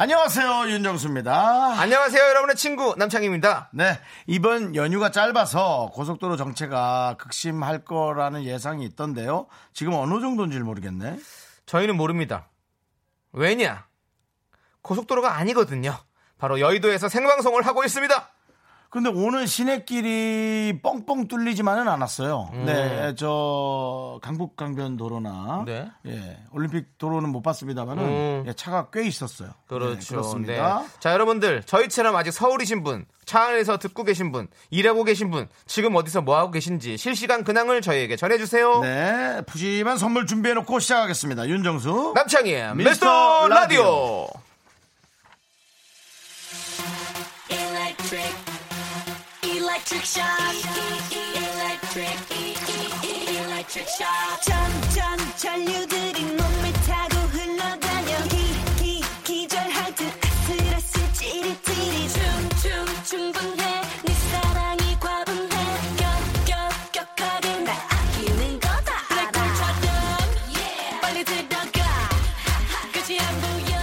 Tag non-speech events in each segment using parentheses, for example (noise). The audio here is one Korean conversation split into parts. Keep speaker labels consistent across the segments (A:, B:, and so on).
A: 안녕하세요 윤정수입니다.
B: 안녕하세요, 여러분의 친구 남창입니다.
A: 네 이번 연휴가 짧아서 고속도로 정체가 극심할 거라는 예상이 있던데요. 지금 어느 정도인지 모르겠네.
B: 저희는 모릅니다. 왜냐? 고속도로가 아니거든요. 바로 여의도에서 생방송을 하고 있습니다.
A: 근데 오늘 시내길이 뻥뻥 뚫리지만은 않았어요. 네, 저 강북 강변도로나
B: 네.
A: 예, 올림픽 도로는 못 봤습니다만은
B: 음.
A: 예, 차가 꽤 있었어요. 네, 그렇습니다.
B: 그렇습니다. 자, 여러분들, 저희처럼 아직 서울이신 분, 차 안에서 듣고 계신 분, 일하고 계신 분, 지금 어디서 뭐 하고 계신지 실시간 근황을 저희에게 전해주세요.
A: 네, 푸짐한 선물 준비해놓고 시작하겠습니다. 윤정수.
B: 남창희의
A: 미스터
B: 미스터
A: 라디오.
B: 라디오.
C: Electric, electric shock. Electric, electric shock. 점점 전류들이 몸을 타고 흘러다녀. 기, 기, 기절할 듯 아슬아슬 찌릿찌릿. 춤, 춤, 충분해. 네 사랑이 과분해. 격, 격, 격하게 날 아끼는 거다. 알아. 불처럼 빨리 들어가. 끝이 안 보여.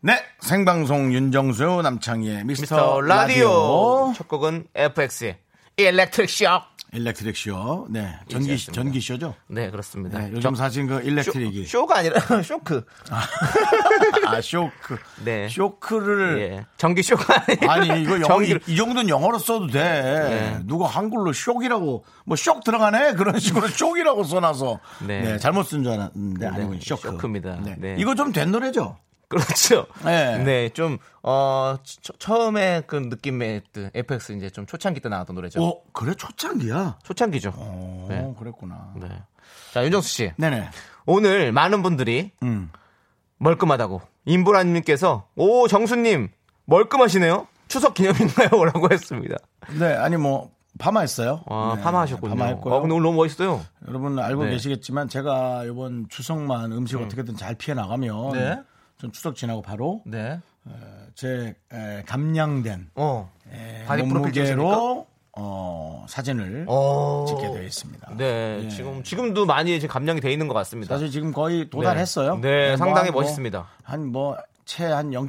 A: 네, 생방송 윤정수 남창희의 미스터
B: 미스터 라디오.
A: 라디오.
B: 첫 곡은 FX의 Electric Shock.
A: 일렉트릭 쇼. 네, 전기
B: 알겠습니다.
A: 전기 쇼죠.
B: 네, 그렇습니다.
A: 네, 요즘 사실 그 일렉트릭이
B: 쇼, 가 아니라 (laughs) 쇼크.
A: 아 쇼크.
B: 네.
A: 쇼크를
B: 예. 전기 쇼가 아니라
A: 아니 이거 영어 이,
B: 전기로-
A: 이 정도는 영어로 써도 돼.
B: 네.
A: 누가 한글로 쇼이라고 뭐 쇼 들어가네 그런 식으로 쇼이라고 써놔서 네.
B: 네.
A: 잘못 쓴 줄 알았는데 아니군
B: 네,
A: 쇼크.
B: 쇼크입니다.
A: 네.
B: 네.
A: 이거 좀 된 노래죠.
B: 그렇죠.
A: 네.
B: 네. 좀, 어, 처- 처음에 그 느낌의 그 FX 이제 좀 초창기 때 나왔던 노래죠.
A: 어 그래 초창기야.
B: 초창기죠.
A: 어
B: 네.
A: 그랬구나.
B: 네. 자, 윤정수 씨.
A: 네네.
B: 오늘 많은 분들이
A: 음.
B: 멀끔하다고. 임보라님께서, 오, 정수님, 멀끔하시네요? 추석 기념인가요? (laughs) 라고 했습니다.
A: 네 아니 뭐 파마했어요.
B: 와,
A: 네,
B: 아, 파마하셨군요.
A: 파마했고요.
B: 아, 근데 오늘 너무 멋있어요.
A: 여러분 알고
B: 네.
A: 계시겠지만 제가 이번 추석만 음식 어떻게든 잘 피해 나가면
B: 네.
A: 전 추석 지나고 바로
B: 네.
A: 제 에, 감량된
B: 어.
A: 에,
B: 바디 프로필 찍으십니까?
A: 네, 몸무게로 어, 사진을
B: 어.
A: 찍게 되어 있습니다.
B: 네,
A: 예.
B: 지금 지금도 많이 지금 감량이 돼 있는 것 같습니다.
A: 사실 지금 거의 도달했어요.
B: 네, 상당히
A: 한 뭐-
B: 멋있습니다.
A: 한 뭐 채 한 0.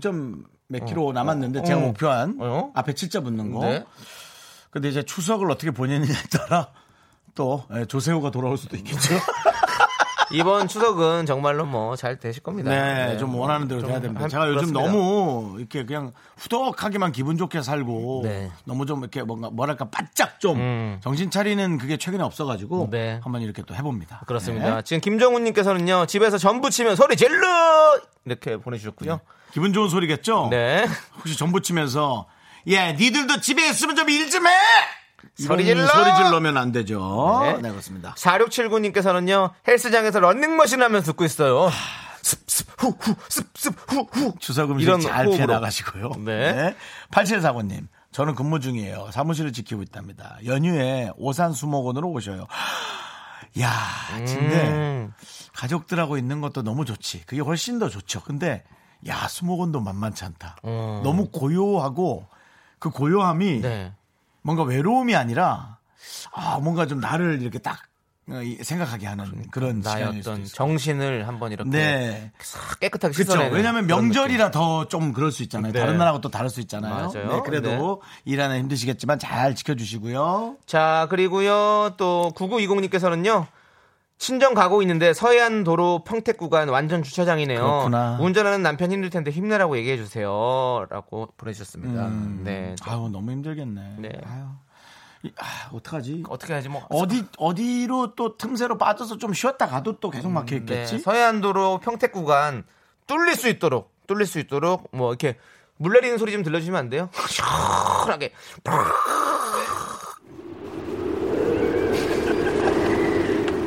A: 몇 킬로 남았는데 제가
B: 어.
A: 목표한
B: 어?
A: 앞에 칠자 붙는 거.
B: 네.
A: 근데 이제 추석을 어떻게 보내느냐에 따라 또 예, 조세호가 돌아올 수도 있겠죠.
B: 이번 추석은 정말로 뭐 잘 되실 겁니다.
A: 네, 좀 원하는 대로
B: 뭐 좀
A: 돼야 됩니다.
B: 한-
A: 제가 요즘
B: 그렇습니다.
A: 너무 이렇게 그냥 후덕하게만 기분 좋게 살고
B: 네. 음.
A: 너무 좀 이렇게 뭔가 뭐랄까 바짝 좀 정신 차리는 그게 최근에 없어가지고
B: 네.
A: 한번 이렇게 또 해봅니다.
B: 그렇습니다.
A: 네.
B: 지금 김정훈님께서는요 집에서 전부 치면 소리 질러 이렇게 보내주셨고요.
A: 기분 좋은 소리겠죠?
B: 네,
A: 혹시 전부 치면서 예, 니들도 집에 있으면 좀 일 좀 해.
B: 소리
A: 이런
B: 질러!
A: 소리 질러면 안 되죠. 네,
B: 네.
A: 그렇습니다.
B: 4679님께서는요 헬스장에서 런닝머신 하면서 듣고 있어요. 습습 후후 습습 후후
A: 추석 음식
B: 이런
A: 잘
B: 호흡으로.
A: 피해 나가시고요.
B: 네.
A: 8745님. 저는 근무 중이에요. 사무실을 지키고 있답니다. 연휴에 오산 수목원으로 오셔요. (gasps) 야, 근데
B: 음.
A: 가족들하고 있는 것도 너무 좋지. 그게 훨씬 더 좋죠. 근데 야, 수목원도 만만치 않다.
B: 음.
A: 너무 고요하고 그 고요함이
B: 네.
A: 뭔가 외로움이 아니라 아, 뭔가 좀 나를 이렇게 딱 어, 이- 생각하게 하는 그런
B: 그러니까 나의
A: 시간일 수도
B: 어떤
A: 있어요.
B: 정신을 한번 이렇게
A: 네.
B: 싹 깨끗하게
A: 그렇죠.
B: 씻어내는
A: 왜냐하면
B: 그런
A: 명절이라 더 좀 그럴 수 있잖아요.
B: 네.
A: 다른 나라하고 또 다를 수 있잖아요.
B: 맞아요.
A: 네, 그래도 일하는 힘드시겠지만 잘 지켜주시고요.
B: 자, 그리고요, 또, 9920님께서는요, 친정 가고 있는데 서해안 도로 평택 구간 완전 주차장이네요.
A: 그렇구나.
B: 운전하는 남편 힘들 텐데 힘내라고 얘기해 주세요. 라고 보내주셨습니다. 네.
A: 음. 아유 너무 힘들겠네.
B: 네.
A: 아유 이- 아, 어떡하지?
B: 어떻게 하지 뭐.
A: 어디 어디로 또 틈새로 빠져서 좀 쉬었다 가도 또 계속 막혀 있겠지.
B: 네, 서해안 도로 평택 구간 뚫릴 수 있도록, 뚫릴 수 있도록, 뭐, 이렇게 물 내리는 소리 좀 들려주시면 안 돼요? 시원하게. 뚫려.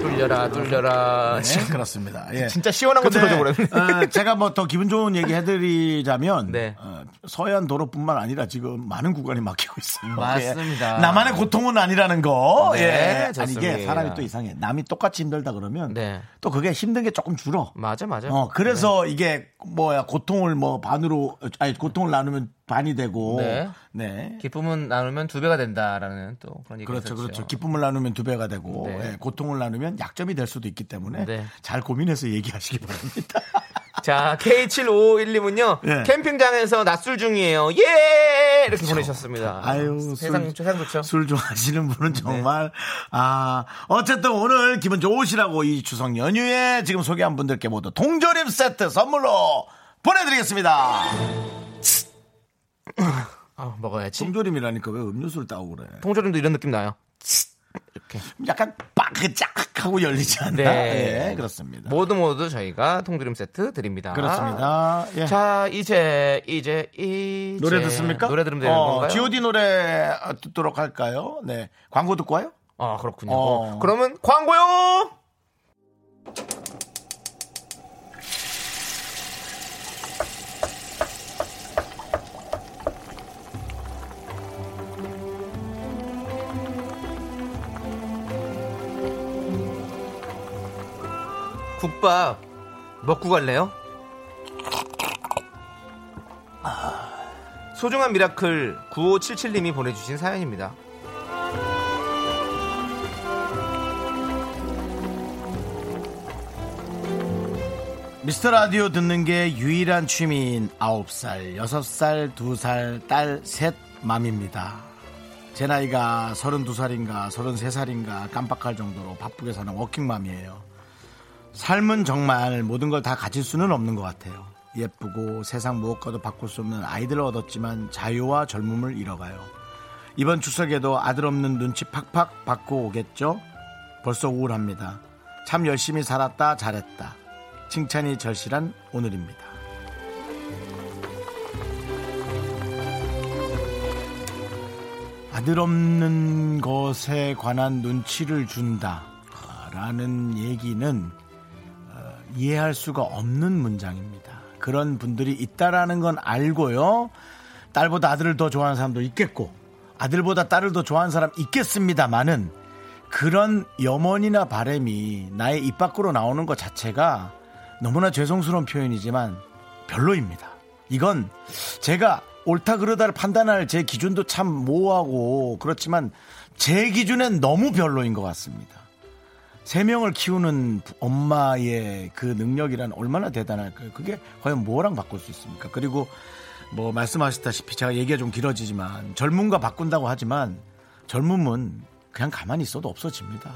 B: 돌려라 돌려라.
A: 네, 그렇습니다. 예.
B: (laughs) 진짜 시원한 거
A: 근데,
B: 들어줘버렸네.
A: 어, 제가 뭐 더 기분 좋은 얘기 해드리자면
B: 네.
A: 어, 서해안 도로뿐만 아니라 지금 많은 구간이 막히고 있어요.
B: 맞습니다.
A: 예. 나만의 고통은 아니라는 거.
B: 네,
A: 예. 아니 이게
B: 좋습니다.
A: 사람이 또 이상해. 남이 똑같이 힘들다 그러면
B: 네.
A: 또 그게 힘든 게 조금 줄어.
B: 맞아 맞아.
A: 어, 그래서
B: 네.
A: 이게 뭐야 고통을 뭐 반으로 아니 고통을 나누면 반이 되고
B: 네.
A: 네.
B: 기쁨은 나누면 두 배가 된다라는 또 그런 얘기
A: 그렇죠, 그렇죠. 기쁨을 나누면 두 배가 되고
B: 네.
A: 예, 고통을 나누면 약점이 될 수도 있기 때문에
B: 네.
A: 잘 고민해서 얘기하시기 바랍니다.
B: 자,
A: 예.
B: K7512님은요.
A: 그렇죠.
B: 캠핑장에서 낮술 중이에요. 예! 이렇게 보내셨습니다.
A: 아유,
B: 세상,
A: 술,
B: 세상 좋죠. 네.
A: 술 좋아하시는 분은 정말 아 어쨌든 오늘 기분 좋으시라고 이 추석 연휴에 지금 소개한 분들께 모두 동조림 세트 선물로 보내드리겠습니다.
B: 아, 먹어야지.
A: 동조림이라니까 왜 음료수를 따오고 그래?
B: 통조림도 이런 느낌 나요. 이렇게.
A: 약간 빡짝 하고 열리지 않나?
B: 네.
A: 예, 그렇습니다.
B: 모두 모두 저희가 통조림 세트 드립니다.
A: 그렇습니다. 예.
B: 아. 자, 이제, 이제, 이제.
A: 노래 듣습니까?
B: 노래 들으면 되는
A: 어,
B: 건가요?
A: G.O.D 노래 듣도록 할까요? 네. 광고 듣고 와요?
B: 아, 그렇군요.
A: 어.
B: 그러면 광고요! 국밥 먹고 갈래요? 아, 소중한 미라클 9577님이 보내주신 사연입니다.
A: 미스터 라디오 듣는 게 유일한 취미인 9살, 6살, 2살, 딸, 셋, 맘입니다. 제 나이가 32살인가 33살인가 깜빡할 정도로 바쁘게 사는 워킹맘이에요. 삶은 정말 모든 걸 다 가질 수는 없는 것 같아요. 예쁘고 세상 무엇과도 바꿀 수 없는 아이들을 얻었지만 자유와 젊음을 잃어가요. 이번 추석에도 아들 없는 눈치 팍팍 받고 오겠죠? 벌써 우울합니다. 참 열심히 살았다, 잘했다. 칭찬이 절실한 오늘입니다. 아들 없는 것에 관한 눈치를 준다라는 얘기는 어, 이해할 수가 없는 문장입니다. 그런 분들이 있다라는 건 알고요. 딸보다 아들을 더 좋아하는 사람도 있겠고 아들보다 딸을 더 좋아하는 사람 있겠습니다만은 그런 염원이나 바램이 나의 입 밖으로 나오는 것 자체가 너무나 죄송스러운 표현이지만 별로입니다. 이건 제가 옳다 그르다를 판단할 제 기준도 참 모호하고 그렇지만 제 기준엔 너무 별로인 것 같습니다. 세 명을 키우는 엄마의 그 능력이란 얼마나 대단할까요? 그게 과연 뭐랑 바꿀 수 있습니까? 그리고 뭐 말씀하셨다시피 제가 얘기가 좀 길어지지만 젊음과 바꾼다고 하지만 젊음은 그냥 가만히 있어도 없어집니다.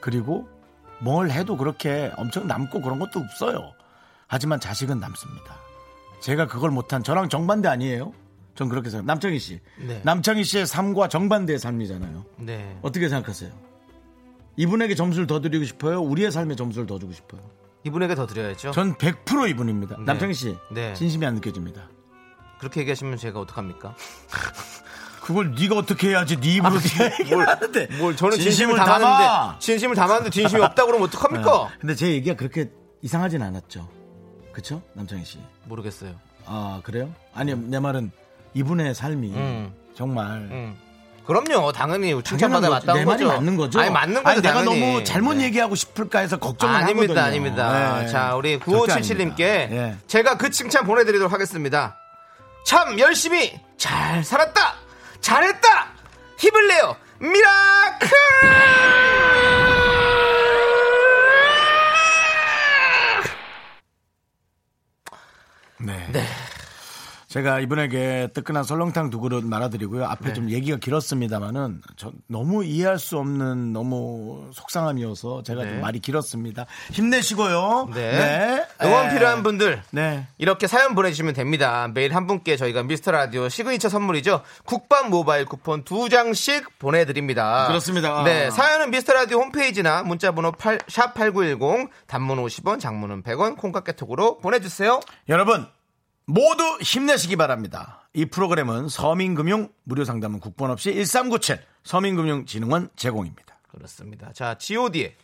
A: 그리고 뭘 해도 그렇게 엄청 남고 그런 것도 없어요. 하지만 자식은 남습니다. 제가 그걸 못한 저랑 정반대 아니에요? 전 그렇게 생각. 남창희 씨,
B: 네.
A: 남창희 씨의 삶과 정반대의 삶이잖아요.
B: 네.
A: 어떻게 생각하세요? 이분에게 점수를 더 드리고 싶어요? 우리의 삶에 점수를 더 주고 싶어요?
B: 이분에게 더 드려야죠.
A: 전 100% 이분입니다.
B: 네.
A: 남창희 씨,
B: 네.
A: 진심이 안 느껴집니다.
B: 그렇게 얘기하시면 제가 어떡합니까?
A: 그걸 네가 어떻게 해야지 네 입으로 (laughs) 얘기를 하는데
B: 뭘 저는 진심을, 담았는데 진심을 담았는데 진심이 없다 그러면 어떡합니까?
A: 네. 근데 제 얘기가 그렇게 이상하진 않았죠. 그쵸? 남창희 씨.
B: 모르겠어요.
A: 아 그래요? 아니요 내 말은 이분의 삶이
B: 음.
A: 정말
B: 음. 그럼요. 당연히
A: 당연한
B: 칭찬받아
A: 거죠.
B: 맞다는
A: 내
B: 거죠.
A: 말이 맞는 거죠.
B: 아니 맞는 거죠.
A: 아니, 내가
B: 당연히.
A: 너무 잘못
B: 네.
A: 얘기하고 싶을까 해서 걱정을
B: 아, 닙니다
A: 하거든요.
B: 아닙니다.
A: 네.
B: 자, 우리
A: 절대 아닙니다.
B: 9577님께
A: 예.
B: 제가 그 칭찬 보내드리도록 하겠습니다. 참 열심히 잘 살았다! 잘했다! 힘을 내요! 미라클!
A: 네. 제가 이분에게 뜨끈한 설렁탕 두 그릇 말아드리고요.
B: 네.
A: 앞에 좀 얘기가 길었습니다만은 저 너무 이해할 수 없는 너무 속상함이어서 제가
B: 네.
A: 좀 말이 길었습니다. 힘내시고요.
B: 네. 응원
A: 에,
B: 필요한 분들
A: 네.
B: 이렇게 사연 보내주시면 됩니다. 매일 한 분께 저희가 미스터 라디오 시그니처 선물이죠. 국밥 모바일 쿠폰 두 장씩 보내드립니다.
A: 그렇습니다.
B: 네.
A: 아.
B: 사연은 미스터 라디오 홈페이지나 문자번호 8, 샵8910 단문 50원 장문은 100원 콩깍개톡으로 보내주세요.
A: 여러분 모두 힘내시기 바랍니다. 이 프로그램은 서민금융 무료상담은 국번 없이 1397 서민금융진흥원 제공입니다.
B: 그렇습니다. 자, god의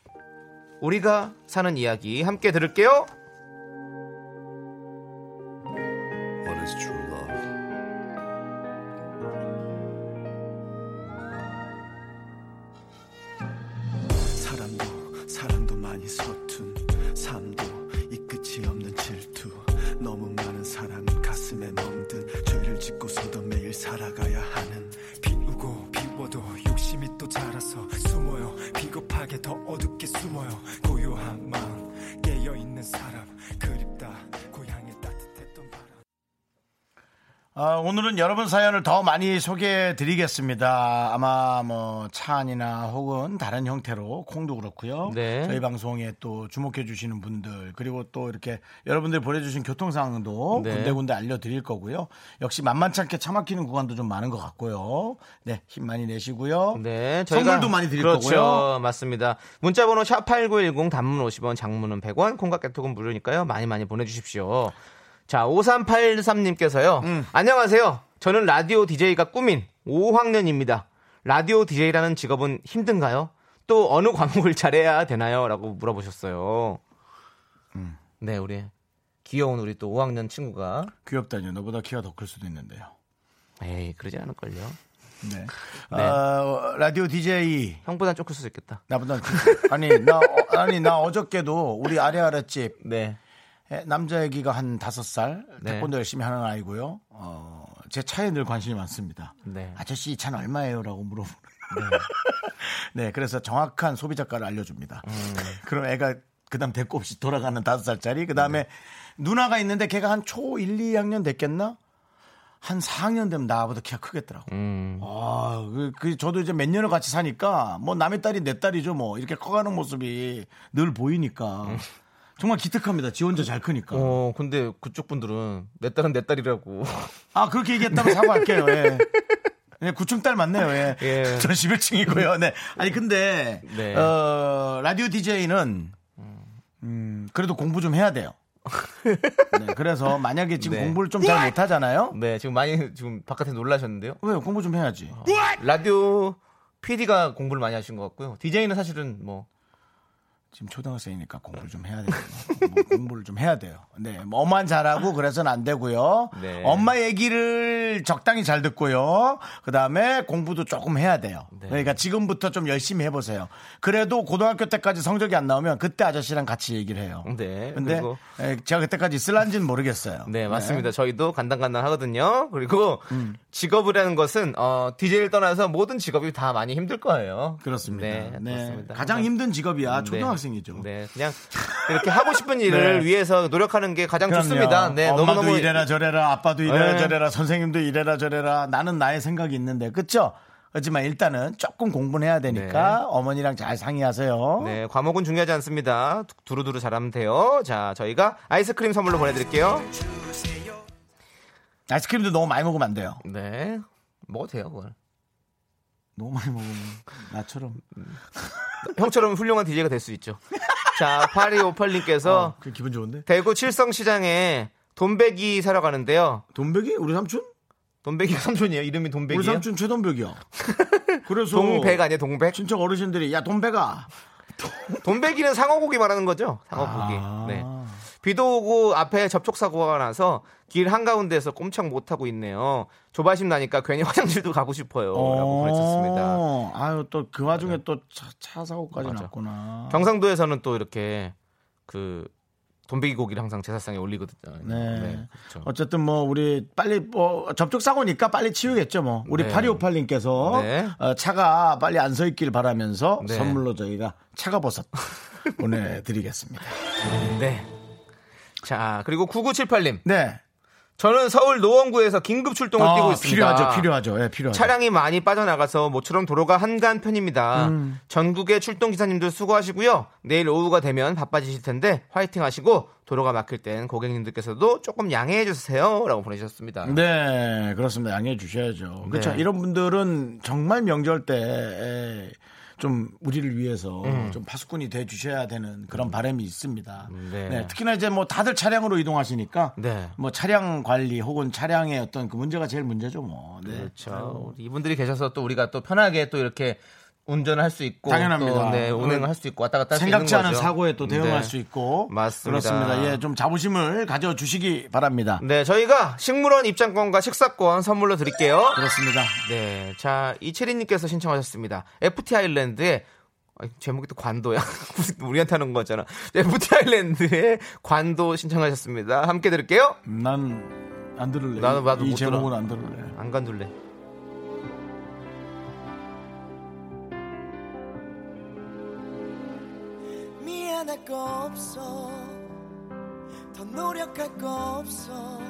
B: 우리가 사는 이야기 함께 들을게요.
D: 사랑도 사랑도 많이 서툰 삶도 이 끝이 없는 질투 너무 많은 사랑 가슴에 멍든 죄를 짓고서도 매일 살아가야 하는
E: 비우고 비워도 욕심이 또 자라서 숨어요 비겁하게 더 어둡게 숨어요 고요한 마음 깨어있는 사람 그립다 고향의 따뜻했던 바람
A: 아, 오늘은 여러분 사연을 더 많이 소개해 드리겠습니다. 아마 뭐 차안이나 혹은 다른 형태로 콩도 그렇고요.
B: 네.
A: 저희 방송에 또 주목해 주시는 분들 그리고 또 이렇게 여러분들이 보내주신 교통 상황도
B: 네.
A: 군데군데 알려드릴 거고요. 역시 만만치 않게 차 막히는 구간도 좀 많은 것 같고요. 네, 힘 많이 내시고요.
B: 네,
A: 선물도 많이 드릴
B: 그렇죠,
A: 거고요.
B: 맞습니다. 문자번호 샵 #8910 단문 50원, 장문은 100원, 콩깍개톡은 무료니까요. 많이 많이 보내주십시오. 자, 5383님께서요.
A: 음.
B: 안녕하세요. 저는 라디오 DJ가 꿈인 5학년입니다. 라디오 DJ라는 직업은 힘든가요? 또 어느 과목을 잘해야 되나요? 라고 물어보셨어요.
A: 음.
B: 네, 우리 귀여운 우리 또 5학년 친구가
A: 귀엽다뇨. 너보다 키가 더 클 수도 있는데요.
B: 에이 그러지 않을걸요.
A: 네. 아, 라디오 DJ
B: 형보단 쫓길 수도 있겠다.
A: 나보다 큰- 아니 나 어- 아니 나 어저께도 우리 아래 아래집
B: 네.
A: 에, 남자 애기가 한 다섯 살
B: 네.
A: 태권도 열심히 하는 아이고요. 어, 제 차에 늘 관심이 많습니다.
B: 네.
A: 아저씨 이 차는 얼마예요?라고 물어보는. (laughs) 네. 그래서 정확한 소비자가를 알려줍니다.
B: 음.
A: 그럼 애가 그다음 대꾸 없이 돌아가는 다섯 살짜리
B: 네.
A: 그다음에 누나가 있는데 걔가 한 초 1, 2학년 됐겠나? 한 4학년 되면 나보다 키가 크겠더라고.
B: 음.
A: 아, 그, 그, 저도 이제 몇 년을 같이 사니까, 뭐, 남의 딸이 내 딸이죠, 뭐. 이렇게 커가는 모습이 늘 보이니까. 정말 기특합니다. 지 혼자 잘 크니까.
B: 음. 어, 근데 그쪽 분들은 내 딸은 내 딸이라고. (laughs)
A: 아, 그렇게 얘기했다면 사과할게요, 예. 네, 9층 딸 맞네요, 예.
B: 예.
A: 전 11층이고요, 네. 아니, 근데,
B: 네.
A: 어, 라디오 DJ는, 음, 그래도 공부 좀 해야
B: (laughs)
A: 돼요. 네, 그래서 만약에 지금
B: 네.
A: 공부를 좀 잘 못하잖아요?
B: 네, 어. 지금 많이 지금 바깥에 놀라셨는데요.
A: 왜요? 공부 좀 해야지.
B: 라디오 PD가 공부를 많이 하신 것 같고요. DJ는 사실은 뭐
A: 지금 초등학생이니까 공부를 좀 해야 돼요. 뭐 (laughs) 공부를 좀 해야 돼요. 네, 뭐 엄만 잘하고 그래서는 안 되고요.
B: 네.
A: 엄마 얘기를 적당히 잘 듣고요. 그 다음에 공부도 조금 해야 돼요.
B: 네.
A: 그러니까 지금부터 좀 열심히 해보세요. 그래도 고등학교 때까지 성적이 안 나오면 그때 아저씨랑 같이 얘기를 해요.
B: 네,
A: 근데
B: 그리고-
A: 에, 제가 그때까지 쓸란지는 모르겠어요.
B: 네, 맞습니다. 저희도 간단간단 하거든요. 그리고
A: 음.
B: 직업이라는 것은 어, DJ를 떠나서 모든 직업이 다 많이 힘들 거예요.
A: 그렇습니다.
B: 네,
A: 네,
B: 맞습니다. 그러니까
A: 가장 힘든 직업이야 초등학생이죠.
B: 네, 그냥 이렇게 하고 싶은 일을
A: (laughs) 네.
B: 위해서 노력하는 게 가장
A: 그럼요.
B: 좋습니다. 네,
A: 엄마도
B: 너무너무
A: 이래라 저래라, 아빠도 이래라
B: 네.
A: 저래라, 선생님도 이래라 저래라. 나는 나의 생각이 있는데, 그쵸? 그렇지만 일단은 조금 공부는 해야 되니까
B: 네.
A: 어머니랑 잘 상의하세요.
B: 네, 과목은 중요하지 않습니다. 두- 두루두루 잘하면 돼요. 자, 저희가 아이스크림 선물로 보내드릴게요.
A: 아이스크림도 너무 많이 먹으면 안 돼요.
B: 네, 먹어도 돼요, 그걸.
A: 너무 많이 먹으면 나처럼
B: 형처럼 훌륭한 DJ가 될 수 있죠. 자, 8258님께서
A: 어, 그 기분 좋은데.
B: 대구 칠성시장에 돈베기 사러 가는데요.
A: 돈백이 우리 삼촌?
B: 돈베기 삼촌이에요. 이름이 돈베기예요.
A: 우리 삼촌
B: (laughs)
A: 최돈백이요. 그래서
B: 동백 아니에요, 동백?
A: 친척 어르신들이 야 돈백아.
B: 돈베기는 상어고기 말하는 거죠? 상어고기.
A: 아.
B: 네. 비도 오고 앞에 접촉사고가 나서 길 한가운데에서 꼼짝 못하고 있네요. 조바심 나니까 괜히 (laughs) 화장실도 가고 싶어요. 라고 보내셨습니다. 네.
A: 어, 아유 또 그 와중에 또 차 사고까지
B: 맞아.
A: 났구나.
B: 경상도에서는 또 이렇게 그 돈베기 고기를 항상 제사상에 올리거든요.
A: 네.
B: 그렇죠.
A: 어쨌든 뭐 우리 빨리 뭐 접촉 사고니까 빨리 치우겠죠 뭐 우리
B: 네.
A: 8258님께서 어,
B: 네.
A: 차가 빨리 안 서 있길 바라면서
B: 네.
A: 선물로 저희가
B: (laughs)
A: 차가버섯 보내드리겠습니다.
B: 네. 자, 그리고 9978님. (laughs)
A: 네,
B: 저는 서울 노원구에서 긴급 출동을
A: 아,
B: 뛰고 있습니다.
A: 필요하죠, 필요하죠, 예, 필요하죠.
B: 차량이 많이 빠져나가서 모처럼 도로가 한가한 편입니다.
A: 음.
B: 전국의 출동 기사님들 수고하시고요. 내일 오후가 되면 바빠지실 텐데 화이팅 하시고 도로가 막힐 땐 고객님들께서도 조금 양해해 주세요라고 보내주셨습니다.
A: 네, 그렇습니다. 양해해 주셔야죠. 그렇죠.
B: 네.
A: 이런 분들은 정말 명절 때. 좀 우리를 위해서
B: 음.
A: 좀 파수꾼이 돼 주셔야 되는 그런 바람이 있습니다.
B: 네.
A: 네, 특히나 이제 뭐 다들 차량으로 이동하시니까
B: 네.
A: 뭐 차량 관리 혹은 차량의 어떤 그 문제가 제일 문제죠 뭐. 네.
B: 그렇죠. 이분들이 계셔서 또 우리가 또 편하게 또 이렇게 운전을 할 수 있고
A: 당연합니다.
B: 또, 네, 운행을 할 수 있고 왔다 갔다 할 수 있는 거죠.
A: 생각지 않은 사고에 또 대응할
B: 네.
A: 수 있고
B: 맞습니다.
A: 그렇습니다. 예, 좀 자부심을 가져주시기 바랍니다.
B: 네, 저희가 식물원 입장권과 식사권 선물로 드릴게요.
A: 그렇습니다.
B: 네, 자 이채린님께서 신청하셨습니다. FT 아일랜드의 아, 제목이 또 관도야. (laughs) 무슨 우리한테 하는 거잖아. FT 아일랜드의 관도 신청하셨습니다. 함께 들을게요.
A: 음, 난 안 들을래.
B: 나도- 나도
A: 이
B: 못 들어.
A: 제목은 안 들을래.
B: 안 간둘래.
F: 미안할 거 없어 더 노력할 거 없어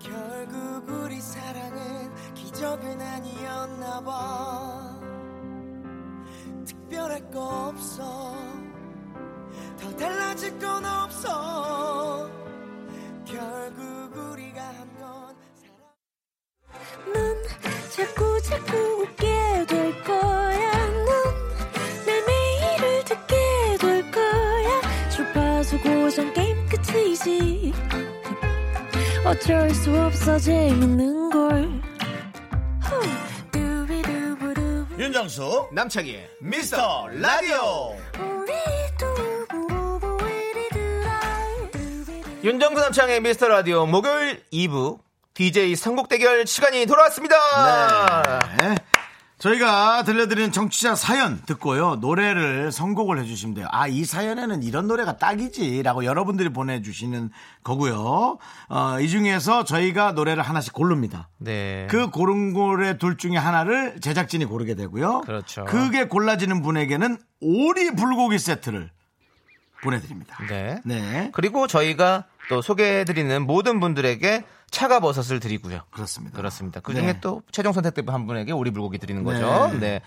F: 결국 우리 사랑은 기적은 아니었나 봐 특별할 거 없어 더 달라질 건 없어 결국 우리가 한건 사랑
C: 넌 자꾸 자꾸 웃게 될 거야. 넌내 매일을 듣게 될 거야. 주파수 고정 게임 끝이지. 어쩔 수 없어 재밌는 걸. 후. 두비두부두.
A: 윤정수
B: 남창희.
A: 미스터 라디오.
C: 우리 두부부부 우리들아. 두비두부.
B: 윤정수 남창의 미스터 라디오 목요일 2부 DJ 선곡 대결 시간이 돌아왔습니다.
A: 네. 저희가 들려드리는 정치자 사연 듣고요. 노래를 선곡을 해주시면 돼요. 아, 이 사연에는 이런 노래가 딱이지. 라고 여러분들이 보내주시는 거고요. 어, 이 중에서 저희가 노래를 하나씩 고릅니다.
B: 네.
A: 그 고른 노래 둘 중에 하나를 제작진이 고르게 되고요.
B: 그렇죠.
A: 그게 골라지는 분에게는 오리 불고기 세트를 보내드립니다.
B: 네.
A: 네.
B: 그리고 저희가 또 소개해드리는 모든 분들에게 차가 버섯을 드리고요.
A: 그렇습니다.
B: 그렇습니다. 그 중에
A: 네.
B: 또 최종 선택된 한 분에게 오리 불고기 드리는 거죠. 네.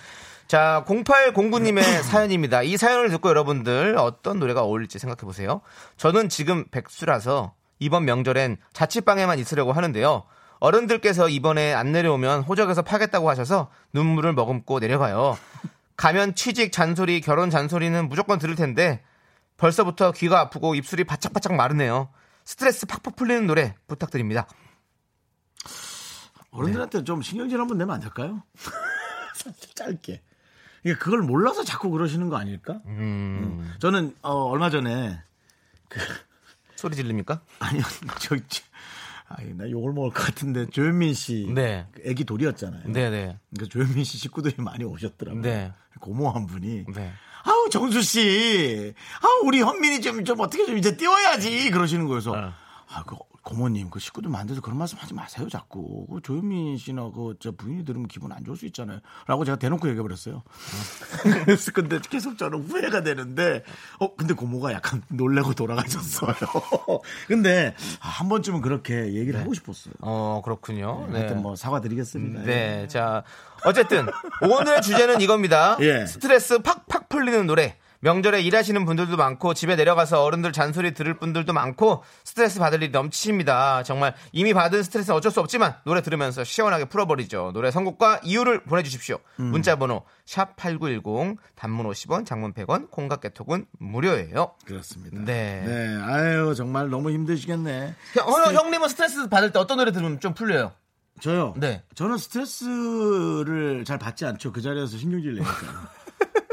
B: 자, 0809님의 (clears throat) 사연입니다. 이 사연을 듣고 여러분들 어떤 노래가 어울릴지 생각해 보세요. 저는 지금 백수라서 이번 명절엔 자취방에만 있으려고 하는데요. 어른들께서 이번에 안 내려오면 호적에서 파겠다고 하셔서 눈물을 머금고 내려가요. 가면 취직 잔소리, 결혼 잔소리는 무조건 들을 텐데 벌써부터 귀가 아프고 입술이 바짝바짝 마르네요. 스트레스 팍팍 풀리는 노래 부탁드립니다.
A: 어른들한테 좀 신경질 한번 내면 안 될까요? (laughs) 짧게. 이게 그걸 몰라서 자꾸 그러시는 거 아닐까? 음. 저는 어, 얼마 전에 (laughs)
B: 소리 질립니까?
A: 아니요 저, 저 아니 나 욕을 먹을 것 같은데 조현민 씨그
B: 네.
A: 애기 돌이었잖아요.
B: 네네.
A: 그러니까 조현민 씨 식구들이 많이 오셨더라고요.
B: 네.
A: 고모 한 분이
B: 네.
A: 아우 정수 씨, 아우 우리 현민이 좀 좀 어떻게 좀 이제 띄워야지 그러시는 거여서
B: 어.
A: 아그 고모님 그 식구들 만드서 그런 말씀하지 마세요 자꾸 그 조현민 씨나 그저 부인이 들으면 기분 안 좋을 수 있잖아요.라고 제가 대놓고 얘기해 버렸어요. 그래서 근데 계속 저는 후회가 되는데 어 근데 고모가 약간 놀래고 돌아가셨어요. (laughs) 근데 아, 한 번쯤은 그렇게 얘기를 하고 싶었어요.
B: 어, 그렇군요. 네.
A: 하여튼 뭐 사과드리겠습니다.
B: 네. 자, 어쨌든 오늘 주제는 (laughs) 이겁니다.
A: 예.
B: 스트레스 팍팍 풀리는 노래. 명절에 일하시는 분들도 많고 집에 내려가서 어른들 잔소리 들을 분들도 많고 스트레스 받을 일이 넘치십니다. 정말 이미 받은 스트레스 어쩔 수 없지만 노래 들으면서 시원하게 풀어버리죠. 노래 선곡과 이유를 보내주십시오. 문자번호 샵 #8910 단문 50원, 장문 100원, 콩각 개톡은 무료예요.
A: 그렇습니다.
B: 네.
A: 네. 아유 정말 너무 힘드시겠네.
B: 형, 형, 형님은 스트레스 받을 때 어떤 노래 들으면 좀 풀려요?
A: 저요.
B: 네.
A: 저는 스트레스를 잘 받지 않죠. 그 자리에서 신경질
B: (laughs)
A: 내니까.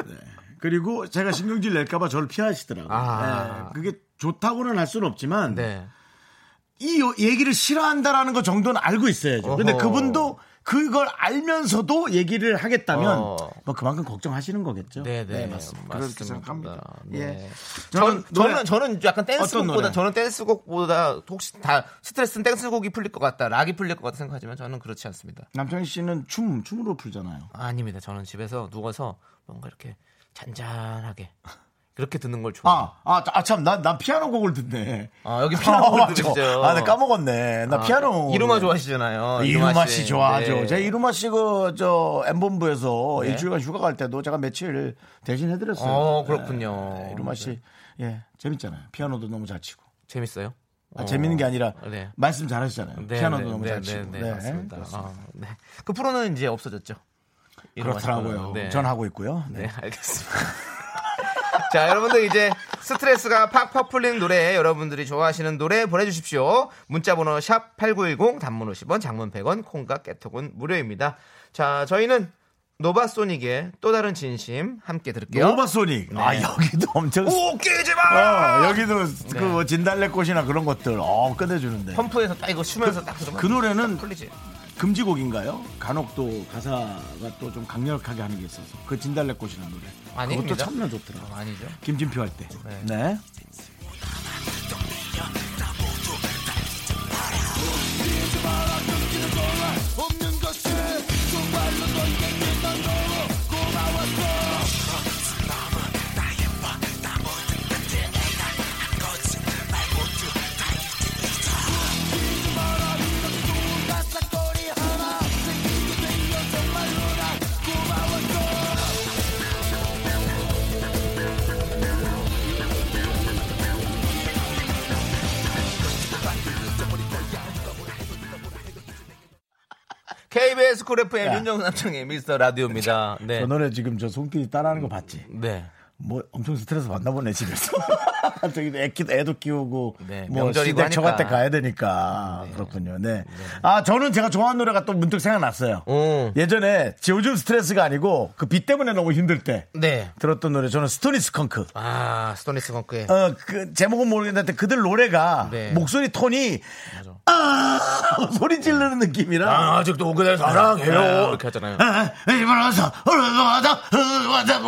A: 네. 그리고 제가 신경질 낼까봐 저를 피하시더라고요.
B: 아.
A: 네. 그게 좋다고는 할 수는 없지만
B: 네.
A: 이 요- 얘기를 싫어한다라는 것 정도는 알고 있어야죠. 근데
B: 어허.
A: 그분도 그걸 알면서도 얘기를 하겠다면
B: 어.
A: 뭐 그만큼 걱정하시는 거겠죠.
B: 네, 네.
A: 맞습니다.
B: 맞습니다.
A: 그렇게 생각합니다.
B: 네.
A: 예.
B: 저는
A: 노래-
B: 저는 저는
A: 어떤
B: 약간
A: 노래?
B: 댄스곡보다 저는 댄스곡보다 혹시 다 스트레스는 댄스곡이 풀릴 것 같다, 락이 풀릴 것 같다 생각하지만 저는 그렇지 않습니다.
A: 남창희 씨는 춤 춤으로 풀잖아요.
B: 아닙니다. 저는 집에서 누워서 뭔가 이렇게 잔잔하게 그렇게 듣는 걸 좋아해요.
A: 아, 아, 아, 참, 나, 나 피아노 곡을 듣네.
B: 아, 여기 피아노 곡을
A: 맞아.
B: 들으시죠.
A: 아, 나 까먹었네. 나 피아노.
B: 그
A: 네,
B: 이루마 좋아하시잖아요.
A: 이루마 씨 좋아하죠.
B: 네.
A: 제가 이루마 씨 그, 저, 엠본부에서 일주일간 휴가 갈 때도 제가 며칠 대신 해드렸어요.
B: 어, 그렇군요.
A: 네, 이루마 씨, 예, 재밌잖아요. 피아노도 너무 잘 치고.
B: 재밌어요.
A: 아,
B: 어.
A: 재밌는 게 아니라,
B: 네.
A: 말씀 잘 하시잖아요.
B: 네,
A: 피아노도
B: 네,
A: 너무
B: 네,
A: 잘
B: 네,
A: 치고.
B: 네, 맞습니다.
A: 그렇습니다.
B: 아, 네. 그 프로는 이제 없어졌죠. 이루마 씨
A: 그렇더라고요.
B: 프로는. 네.
A: 전 하고 있고요. 네.
B: 네, 알겠습니다. (laughs) 자, 여러분들 이제 스트레스가 팍팍 풀리는 노래, 여러분들이 좋아하시는 노래 보내주십시오. 문자번호 샵 8910, 단문 50원, 장문 100원, 콩과 깨톡은 무료입니다. 자, 저희는 노바소닉의 또 다른 진심 함께 들을게요.
A: 노바소닉. 아,
B: 네.
A: 여기도 엄청.
B: 오 깨지 마.
A: 어, 여기도 그 진달래꽃이나 그런 것들. 어, 끝내주는데.
B: 펌프에서 딱 이거 쉬면서 딱 들어가.
A: 그 노래는
B: 풀리지.
A: 금지곡인가요? 간혹 또 가사가 또 좀 강력하게 하는 게 있어서. 그 진달래꽃이라는 노래.
B: 아닙니다.
A: 그것도 참나 좋더라.
B: 아, 아니죠.
A: 김진표 할 때.
B: 네.
A: 네.
B: KBS 쿨 FM
A: 야.
B: 윤정삼청의 미스터 라디오입니다. 네.
A: 저 노래 지금 저 송필이 따라하는 거 봤지?
B: 네.
A: 뭐 엄청 스트레스 받나 보네 집에서. (laughs) 저기 애기 애도 키우고
B: 네,
A: 뭐
B: 명절이고
A: 시댁
B: 하니까.
A: 저한테 가야 되니까 그렇군요. 네. 아 저는 제가 좋아하는 노래가 또 문득 생각났어요.
B: 오.
A: 예전에 지- 요즘 스트레스가 아니고 그 비 때문에 너무 힘들 때
B: 네.
A: 들었던 노래 저는 스토니스컹크.
B: 아, 스토니스 펑크의
A: 어, 그 제목은 모르겠는데 그들 노래가
B: 네.
A: 목소리 톤이 아 (laughs) 소리 지르는 느낌이라 네,
B: 아직도 그대
A: 사랑해요.
B: 이렇게 하잖아요.
A: 일본에서 올라가다 올라가다 올라가다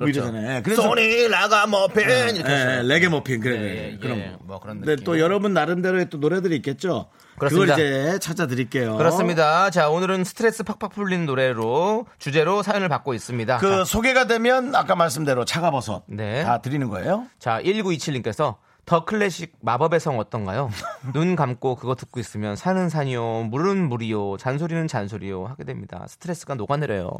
A: 뭐 이러잖아요. 그래서
B: 그렇죠. 소니 라가 머핀 이렇게
A: 예,
B: 하잖아요.
A: 레게 머핀 그래 그래,
B: 예, 예,
A: 그런
B: 예,
A: 거.
B: 뭐 그런
A: 근데
B: 느낌.
A: 또 여러분 나름대로의 또 노래들이 있겠죠.
B: 그렇습니다.
A: 걸 이제 찾아드릴게요.
B: 그렇습니다. 자, 오늘은 스트레스 팍팍 풀리는 노래로 주제로 사연을 받고 있습니다.
A: 그 소개가 되면 아까 말씀대로 차가버섯
B: 네.
A: 다 드리는 거예요.
B: 자, 1927님께서 더 클래식 마법의 성 (laughs) 어떤가요? 눈 감고 그거 듣고 있으면 산은 산이요, 물은 물이요, 잔소리는 잔소리요 하게 됩니다. 스트레스가 녹아내려요.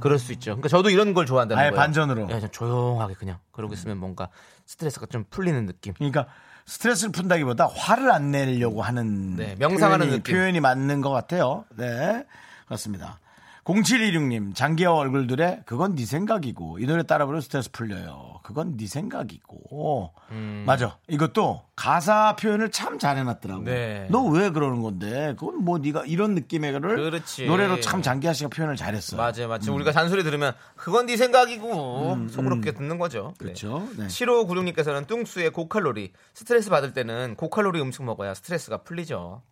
B: 그럴 수 있죠. 그러니까 저도 이런 걸 좋아한다는
A: 아예
B: 거예요.
A: 반전으로.
B: 예, 좀 조용하게 그냥 그러고 있으면 뭔가 스트레스가 좀 풀리는 느낌.
A: 그러니까 스트레스를 푼다기보다 화를 안 내려고 하는
B: 네, 명상하는
A: 표현이,
B: 느낌.
A: 표현이 맞는 것 같아요. 네 그렇습니다. 0726님 장기하 얼굴들의 그건 네 생각이고 이 노래 따라 부르면 스트레스 풀려요. 그건 네 생각이고
B: 음.
A: 맞아 이것도 가사 표현을 참 잘 해놨더라고.
B: 네.
A: 너 왜 그러는 건데 그건 뭐 네가 이런 느낌의 거를
B: 그렇지.
A: 노래로 참 장기하 씨가 표현을 잘했어.
B: 맞아요, 맞아요. 지금 우리가 잔소리 들으면 그건 네 생각이고 속으로 그렇게 듣는 거죠.
A: 그렇죠. 네.
B: 7596님께서는 뚱수의 고칼로리 스트레스 받을 때는 고칼로리 음식 먹어야 스트레스가 풀리죠.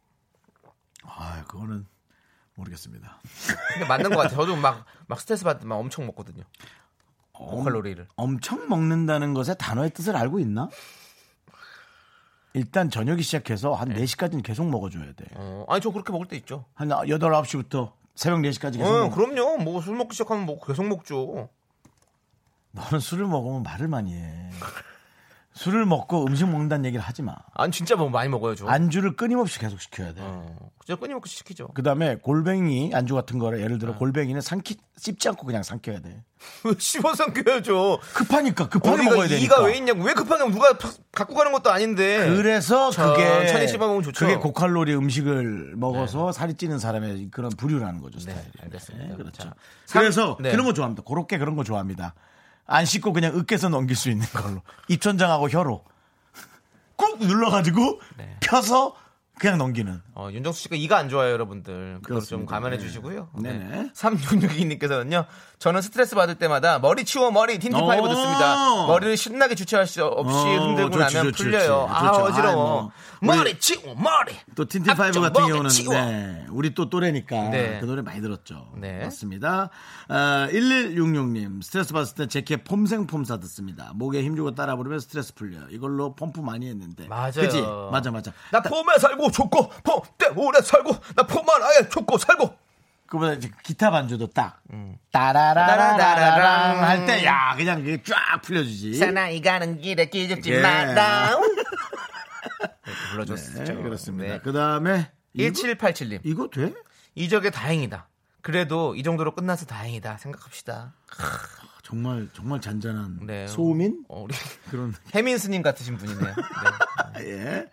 A: 아 그거는 모르겠습니다.
B: 근데 맞는 것 같아요. 저도 막, 막 스트레스 받을 때막 엄청 먹거든요.
A: 어?
B: 고칼로리를.
A: 엄청 먹는다는 것의 단어의 뜻을 알고 있나? 일단 저녁이 시작해서
B: 네.
A: 한 4시까지는 계속 먹어줘야 돼.
B: 어, 아니, 저 그렇게 먹을 때 있죠.
A: 한 8, 9시부터 새벽 4시까지 계속
B: 어,
A: 예, 먹어.
B: 그럼요. 뭐 술 먹기 시작하면 뭐 계속 먹죠.
A: 너는 술을 먹으면 말을 많이 해. 술을 먹고 음식 먹는다는 얘기를 하지 마.
B: 아니, 진짜 뭐 많이 먹어요, 저.
A: 안주를 끊임없이 계속 시켜야 돼.
B: 어, 진짜 끊임없이 시키죠. (laughs)
A: 그 다음에 골뱅이 안주 같은 거를 예를 들어 골뱅이는 삼키, 씹지 않고 그냥 삼켜야 돼.
B: 씹어서 껴야죠.
A: 급하니까 급하게
B: 어디가
A: 먹어야
B: 이가
A: 되니까.
B: 왜 있냐고. 왜 급하게 누가 파- 갖고 가는 것도 아닌데.
A: 그래서 그게
B: 천천히 씹어먹으면 좋죠. 네.
A: 그게 고칼로리 음식을 먹어서 살이 찌는 사람의 그런 부류라는 거죠 스타일이.
B: 알겠습니다.
A: 네, 그렇죠.
B: 자,
A: 그래서
B: 삼- 네.
A: 그런 거 좋아합니다. 그렇게 그런 거 좋아합니다. 안 씻고 그냥 으깨서 넘길 수 있는 걸로 입천장하고 혀로 꾹 눌러가지고
B: 네.
A: 펴서 그냥 넘기는.
B: 어, 윤정수 씨가 이가 안 좋아요, 여러분들. 그걸 좀
A: 그렇습니다.
B: 감안해
A: 네.
B: 주시고요.
A: 네네.
B: 3662님께서는요, 저는 스트레스 받을 때마다 머리 치워 머리 틴트 파이브
A: 오!
B: 듣습니다. 머리를 신나게 주체할 수 없이
A: 어,
B: 흔들고
A: 좋지,
B: 나면
A: 좋지,
B: 풀려요.
A: 좋지.
B: 아,
A: 좋죠. 아이,
B: 어지러워.
A: 뭐.
B: 머리 치워 머리.
A: 또 틴틴파이브
B: 앞쪽
A: 같은
B: 머리
A: 경우는
B: 뭐 치워.
A: 네, 우리 또 또래니까
B: 네.
A: 그 노래 많이 들었죠.
B: 네.
A: 맞습니다. 아, 1166님 스트레스 받을 때 제키의 폼생폼사 듣습니다. 목에 힘주고 따라 부르면 스트레스 풀려. 이걸로 펌프 많이 했는데.
B: 맞아요.
A: 그지? 맞아 맞아.
B: 나 폼에 살고 좋고 폼 때 오래 살고 나 폼만 아예 좋고 살고.
A: 그보다 이제 기타 반주도 딱 따라라라라랑 할 때 야 그냥 그게 쫙 풀려주지.
B: 사나이 가는 길에 끼집지
A: 예.
B: 마라. 불러줬었죠.
A: 네, 그렇습니다. 그 다음에
B: 1787님.
A: 이거 돼?
B: 이적에 다행이다. 그래도 이 정도로 끝나서 다행이다. 생각합시다.
A: 정말 정말 잔잔한
B: 네.
A: 소음인
B: 어, 우리
A: 그런
B: 해민 스님 같으신 분이네요. 네.
A: 예.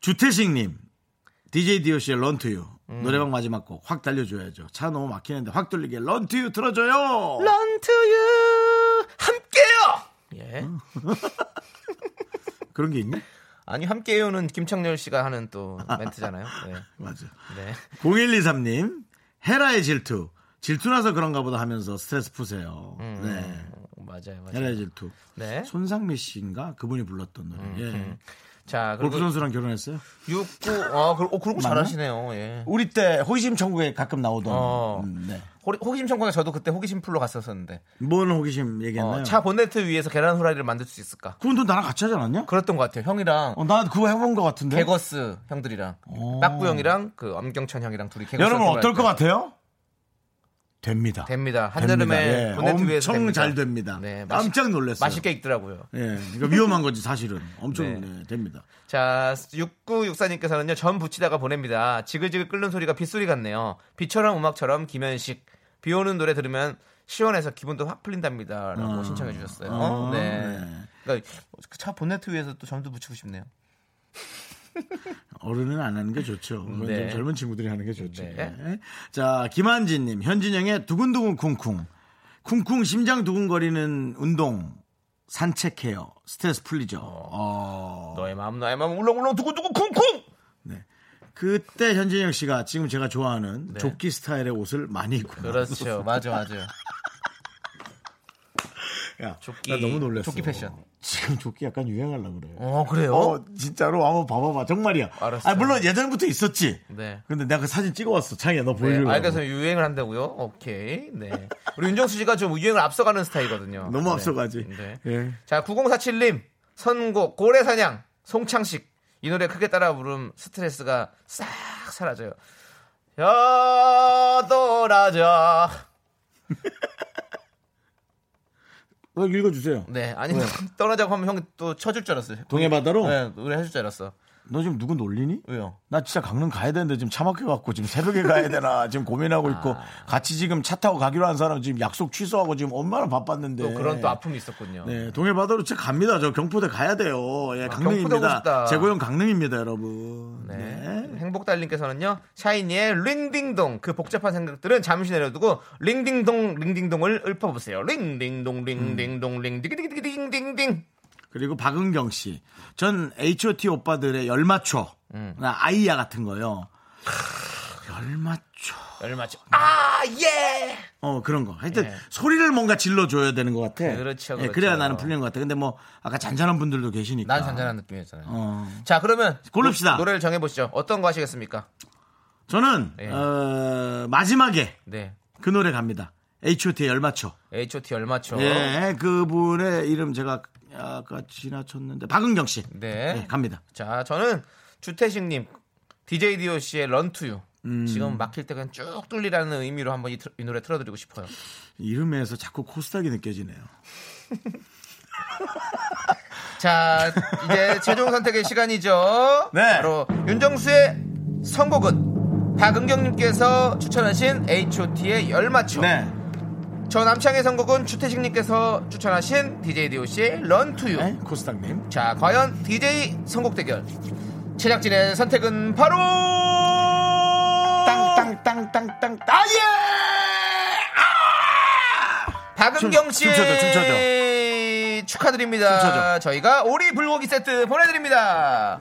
A: 주태식님, DJ DOC의 런투유. 노래방 마지막 곡 확 달려줘야죠. 차 너무 막히는데 확 돌리게 런투유 틀어줘요.
B: Run to you 함께요. 예.
A: 그런 게 있니?
B: 아니 함께요는 김창렬 씨가 하는 또 멘트잖아요. 네.
A: 맞아.
B: 네.
A: 0123님, 헤라의 질투. 질투나서 그런가 보다 하면서 스트레스 푸세요. 네.
B: 어, 맞아요, 맞아요.
A: 헬라의 질투.
B: 네.
A: 손상미 씨인가 그분이 불렀던 노래. 예.
B: 자,
A: 골프
B: 그리고
A: 선수랑 결혼했어요?
B: 69. 아, 그, 어, 그런 거
A: 맞나?
B: 잘하시네요. 예.
A: 우리 때 호기심 천국에 가끔 나오던.
B: 어.
A: 음, 네.
B: 호리- 호기심 천국에 저도 그때 호기심 풀로 갔었었는데.
A: 뭔 호기심 얘기했나요?
B: 어, 차 본네트 위에서 계란 후라이를 만들 수 있을까?
A: 그건 너 나랑 같이 하지 않았냐?
B: 그랬던 것 같아요. 형이랑
A: 어, 나 그거 해본 것 같은데.
B: 개거스 형들이랑
A: 오.
B: 딱구 형이랑 그 엄경천 형이랑 둘이 개거스
A: 여러분
B: 활동을
A: 어떨
B: 할
A: 것
B: 때.
A: 같아요? 됩니다.
B: 됩니다. 한여름에
A: 됩니다. 예.
B: 본네트
A: 엄청
B: 위에서 됩니다.
A: 잘 됩니다.
B: 네, 맛있-
A: 깜짝 놀랐어요.
B: 맛있게 익더라고요.
A: 예, 그러니까 위험한 거지 사실은. 엄청
B: 네.
A: 네, 됩니다.
B: 자, 6964님께서는요, 전 부치다가 보냅니다. 지글지글 끓는 소리가 빗소리 같네요. 비처럼 음악처럼 김현식. 비 오는 노래 들으면 시원해서 기분도 확 풀린답니다. 라고
A: 어.
B: 신청해 주셨어요.
A: 어,
B: 음. 네.
A: 네.
B: 그러니까 그차 본네트 위에서 또 점도 붙이고 싶네요.
A: 어른은 안 하는 게 좋죠. 그건
B: 네.
A: 좀 젊은 친구들이 하는 게 좋죠.
B: 네.
A: 네. 자, 김한진님, 현진영의 두근두근 쿵쿵. 쿵쿵 심장 두근거리는 운동. 산책해요. 스트레스 풀리죠. 어.
B: 너의 마음, 너의 마음, 울렁울렁 두근두근 쿵쿵!
A: 그때 현진영 씨가 지금 제가 좋아하는 조끼 스타일의 옷을 많이 입고.
B: 네. (laughs) 그렇죠. 맞아, 맞아.
A: 야,
B: 조끼.
A: 나 너무 놀랐어.
B: 조끼 패션.
A: 지금 조끼 약간 유행하려고 그래.
B: 어, 그래요?
A: 어, 진짜로 한번 봐봐봐. 정말이야.
B: 알았어.
A: 아, 물론 예전부터 있었지.
B: 네.
A: 근데 내가 그 사진 찍어왔어. 창이야, 너
B: 네,
A: 보여주려고.
B: 알겠어요. 유행을 한다고요? 오케이. 네. 우리 윤정수 씨가 좀 유행을 앞서가는 스타일이거든요.
A: 너무
B: 네.
A: 앞서가지.
B: 네.
A: 예.
B: 자, 9047님 선곡 고래사냥 송창식 이 노래 크게 따라 부름 스트레스가 싹 사라져요. 여돌아져.
A: 어, 읽어주세요.
B: 네, 아니 (laughs) 떠나자고 하면 형이 또 쳐줄 줄 알았어요.
A: 동해바다로?
B: 네, 노래 해줄 줄 알았어.
A: 너 지금 누구 놀리니?
B: 왜요?
A: 나 진짜 강릉 가야 되는데 지금 차 막혀갖고 지금 새벽에 가야
B: (laughs)
A: 되나 지금 고민하고 있고
B: 아.
A: 같이 지금 차 타고 가기로 한 사람 지금 약속 취소하고 지금 얼마나 바빴는데
B: 또 그런 또 아픔이 있었군요.
A: 네, 동해바다로 진짜 갑니다. 저 경포대 가야 돼요. 예,
B: 아, 경포대 오고
A: 강릉입니다.
B: 싶다.
A: 제고형 강릉입니다, 여러분.
B: 네.
A: 네.
B: 행복달님께서는요 샤이니의 링딩동 그 복잡한 생각들은 잠시 내려두고 링딩동 링딩동을 읊어보세요 링딩동 링딩동 링딩딩딩딩딩
A: 그리고 박은경 씨. 전 H.O.T 오빠들의 열맞춰.
B: 음.
A: 나 아이야 같은 거요. 열맞춰.
B: 얼마죠 아예
A: 어, 그런 거. 하여튼
B: 예.
A: 소리를 뭔가 질러줘야 되는 것 같아.
B: 그렇죠,
A: 예,
B: 그렇죠.
A: 그래야 나는 풀리는 것 같아. 근데 뭐 아까 잔잔한 분들도 계시니까.
B: 난 잔잔한 느낌이었잖아요.
A: 어.
B: 자 그러면
A: 고릅시다.
B: 노- 노래를 정해보시죠. 어떤 거 하시겠습니까?
A: 저는
B: 예.
A: 어, 마지막에
B: 네.
A: 그 노래 갑니다. H.O.T 의 열맞춰.
B: H.O.T. 얼마초?
A: 예, 그분의 이름 제가 아까 지나쳤는데 박은경 씨.
B: 네.
A: 예, 갑니다.
B: 자 저는 주태식님 DJ D.O.C의 런투유.
A: 음.
B: 지금 막힐 때 그냥 쭉 뚫리라는 의미로 한번 이, 틀- 이 노래 틀어드리고 싶어요.
A: 이름에서 자꾸 코스닥이 느껴지네요.
B: 자
A: (laughs)
B: 이제 최종 선택의 시간이죠.
A: 네.
B: 바로 윤정수의 선곡은 박은경님께서 추천하신 H.O.T.의 열맞춰.
A: 네.
B: 저 남창의 선곡은 주태식님께서 추천하신 DJ D.O.C의 런투유.
A: 네, 코스닥님.
B: 자, 과연 DJ 선곡 대결. 제작진의 선택은 바로
A: 땅땅땅땅땅 아예!
B: 아! 박은경
A: 춤-
B: 씨.
A: 춤춰줘,
B: 축하드립니다.
A: 춤춰줘.
B: 저희가 오리 불고기 세트 보내드립니다.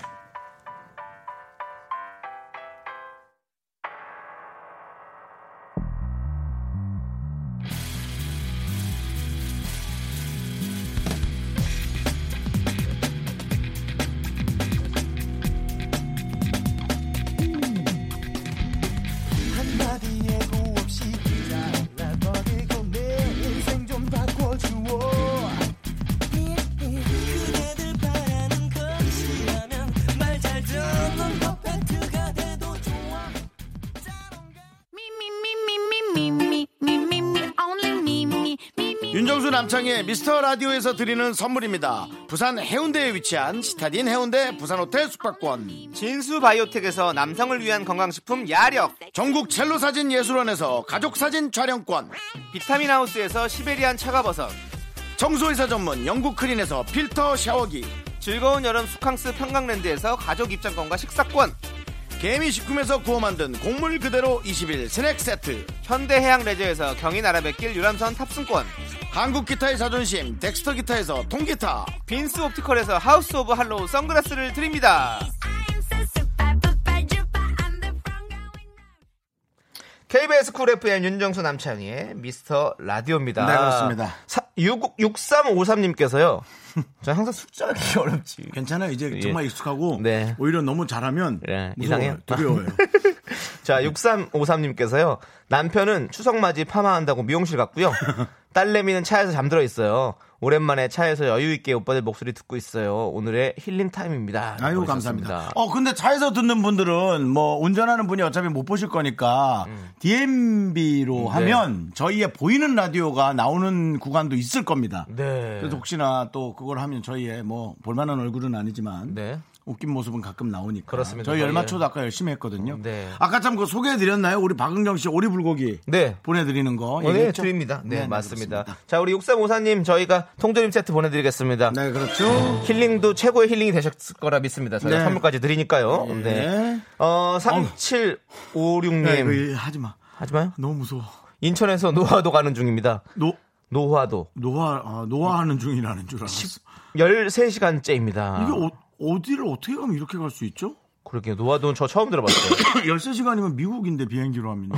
F: 한마디 예고 없이 잘라버리고 내 인생 좀 바꿔주어 그대들 바라는 것이라면 말 잘 듣는 퍼펙트가 돼도 좋아
A: 윤정수 남창의 미스터 라디오에서 드리는 선물입니다. 부산 해운대에 위치한 시타딘 해운대 부산 호텔 숙박권.
B: 진수 바이오텍에서 남성을 위한 건강식품 야력.
A: 전국 첼로 사진 예술원에서 가족 사진 촬영권.
B: 비타민 하우스에서 시베리안 차가버섯.
A: 청소회사 전문 영국 크린에서 필터 샤워기.
B: 즐거운 여름 수캉스 평강랜드에서 가족 입장권과 식사권.
A: 개미 식품에서 구워 만든 곡물 그대로 20일 스낵 세트.
B: 현대해양 레저에서 경인아라뱃길 유람선 탑승권.
A: 한국 기타의 자존심 덱스터 기타에서 통기타.
B: 빈스 옵티컬에서 하우스 오브 할로우 선글라스를 드립니다. KBS 쿨 FM 윤정수 남창희의 미스터 라디오입니다.
A: 네, 그렇습니다. (laughs)
B: 6353님께서요. 저 항상 숫자가 되게 어렵지.
A: 괜찮아요. 이제
B: 예.
A: 정말 익숙하고
B: 네.
A: 오히려 너무 잘하면
B: 예,
A: 무서워요.
B: 이상해요. (laughs)
A: 두려워요.
B: 자, 6353님께서요. 남편은 추석 맞이 파마한다고 미용실
A: (laughs)
B: 갔고요. 딸내미는 차에서 잠들어 있어요. 오랜만에 차에서 여유 있게 오빠들 목소리 듣고 있어요. 오늘의 힐링 타임입니다.
A: 아유
B: 라고
A: 감사합니다.
B: 하셨습니다.
A: 어 근데 차에서 듣는 분들은 뭐 운전하는 분이 어차피 못 보실 거니까
B: 음. 네.
A: DMB로 하면 저희의 보이는 라디오가 나오는 구간도 있을 겁니다.
B: 네.
A: 그래서 혹시나 또 그걸 하면 저희의 뭐 볼만한 얼굴은 아니지만
B: 네.
A: 웃긴 모습은 가끔 나오니까
B: 그렇습니다.
A: 저희
B: 네.
A: 열마초도 아까 열심히 했거든요.
B: 네.
A: 아까 참 그 소개해드렸나요? 우리 박은경 씨 오리불고기
B: 네.
A: 보내드리는 거
B: 오늘
A: 얘기했죠?
B: 드립니다. 네, 맞습니다.
A: 그렇습니다.
B: 자, 우리 6354님 저희가 통조림 세트 보내드리겠습니다.
A: 네 그렇죠.
B: 힐링도 최고의 힐링이 되셨을 거라 믿습니다. 저희가
A: 네.
B: 선물까지 드리니까요.
A: 예.
B: 네. 어, 3756님.
A: 네, 그 하지 마.
B: 하지만
A: 너무 무서워.
B: 인천에서 노화도 가는 중입니다.
A: 노
B: 노화도.
A: 노화 아, 노화하는 중이라는 줄 알았어.
B: 13시간째입니다.
A: 이게 어, 어디를 어떻게 가면 이렇게 갈 수 있죠? (coughs)
B: 그렇게 노화도는 저 처음 들어봤어요.
A: 13시간이면 미국인데 비행기로 하면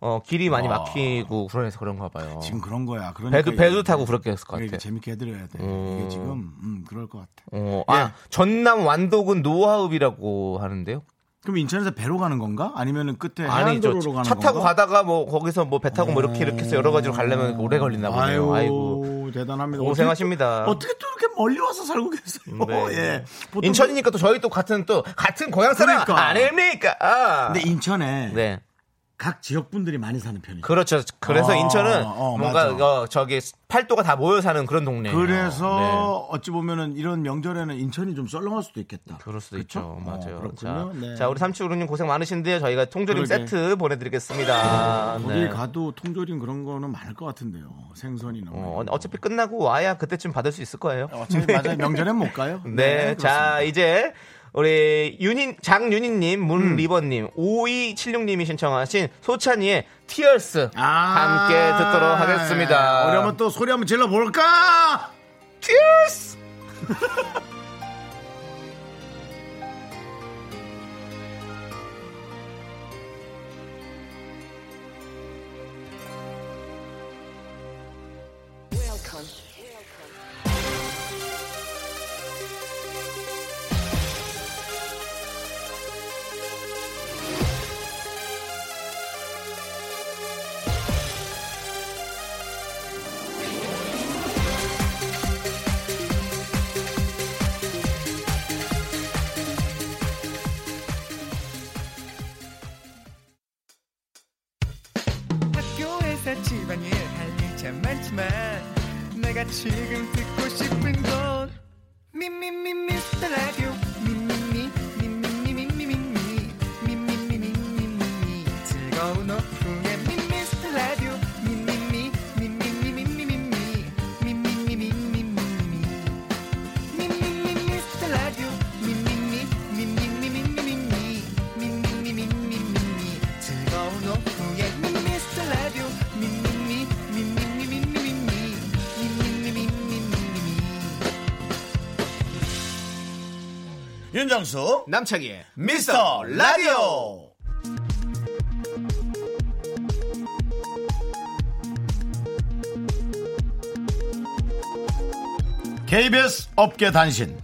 B: 어, 길이 많이 막히고 그래서 그런가 봐요.
A: 지금 그런 거야. 그러니까
B: 배도 배도
A: 이게-
B: 타고 그렇게 했을 것
A: 이게
B: 같아요.
A: 재밌게 해드려야 돼. 이게 지금 음, 그럴 것 같아.
B: 어, 아, 전남 완도군 노화읍이라고 하는데요.
A: 그럼 인천에서 배로 가는 건가? 아니면은 끝에
B: 아니죠.
A: 그러니까 해안도로로 가는
B: 차 타고
A: 건가?
B: 가다가 뭐 거기서 뭐 배 타고 뭐 이렇게 이렇게 해서 여러 가지로 가려면 오래 걸리나
A: 아유,
B: 보네요. 아이고.
A: 대단합니다.
B: 고생하십니다.
A: 어떻게 또, 어떻게 또 이렇게 멀리 와서 살고 계세요? (laughs)
B: 네.
A: 예. 보통
B: 인천이니까 또 저희 또 같은 또 같은 고향 사람
A: 그러니까.
B: 아닙니까? 아.
A: 근데 인천에
B: 네.
A: 각 지역 분들이 많이 사는 편이죠.
B: 그렇죠. 그래서
A: 아,
B: 인천은
A: 어,
B: 뭔가
A: 맞아.
B: 어, 저기 팔도가 다 모여 사는 그런 동네예요.
A: 그래서 어찌 보면은 이런 명절에는 인천이 좀 썰렁할 수도 있겠다.
B: 네. 그럴 수도
A: 그쵸?
B: 있죠. 맞아요.
A: 어,
B: 자,
A: 그렇군요. 네.
B: 자, 우리 삼치우루님 고생 많으신데요. 저희가 통조림
A: 그러게.
B: 세트 보내드리겠습니다.
A: 거기
B: 네.
A: 가도 통조림 그런 거는 많을 것 같은데요. 생선이나.
B: 어, 어차피 끝나고 와야 그때쯤 받을 수 있을 거예요.
A: 어차피 맞아요. 명절엔 못 가요.
B: (laughs) 네, 자 이제 우리 윤인 장윤희님, 문리버님, 5276님이 신청하신 소찬이의 티얼스
A: 그렇습니다.
B: 함께 듣도록 하겠습니다.
A: 우리 한번 아, 네. 또 소리 한번 질러 볼까?
B: 티얼스.
E: 학교에서 집안일 할 일 참 많지만 내가 지금 듣고 싶은 건 미미미 미스터 라디오 미미미 미미미 미미미 미미미 미미미 즐거운 오후에 미스터 라디오 미미미 미미미 미미미 미미미 미미미
A: 윤정수
B: 남창희의
A: 미스터 라디오. KBS 업계 단신.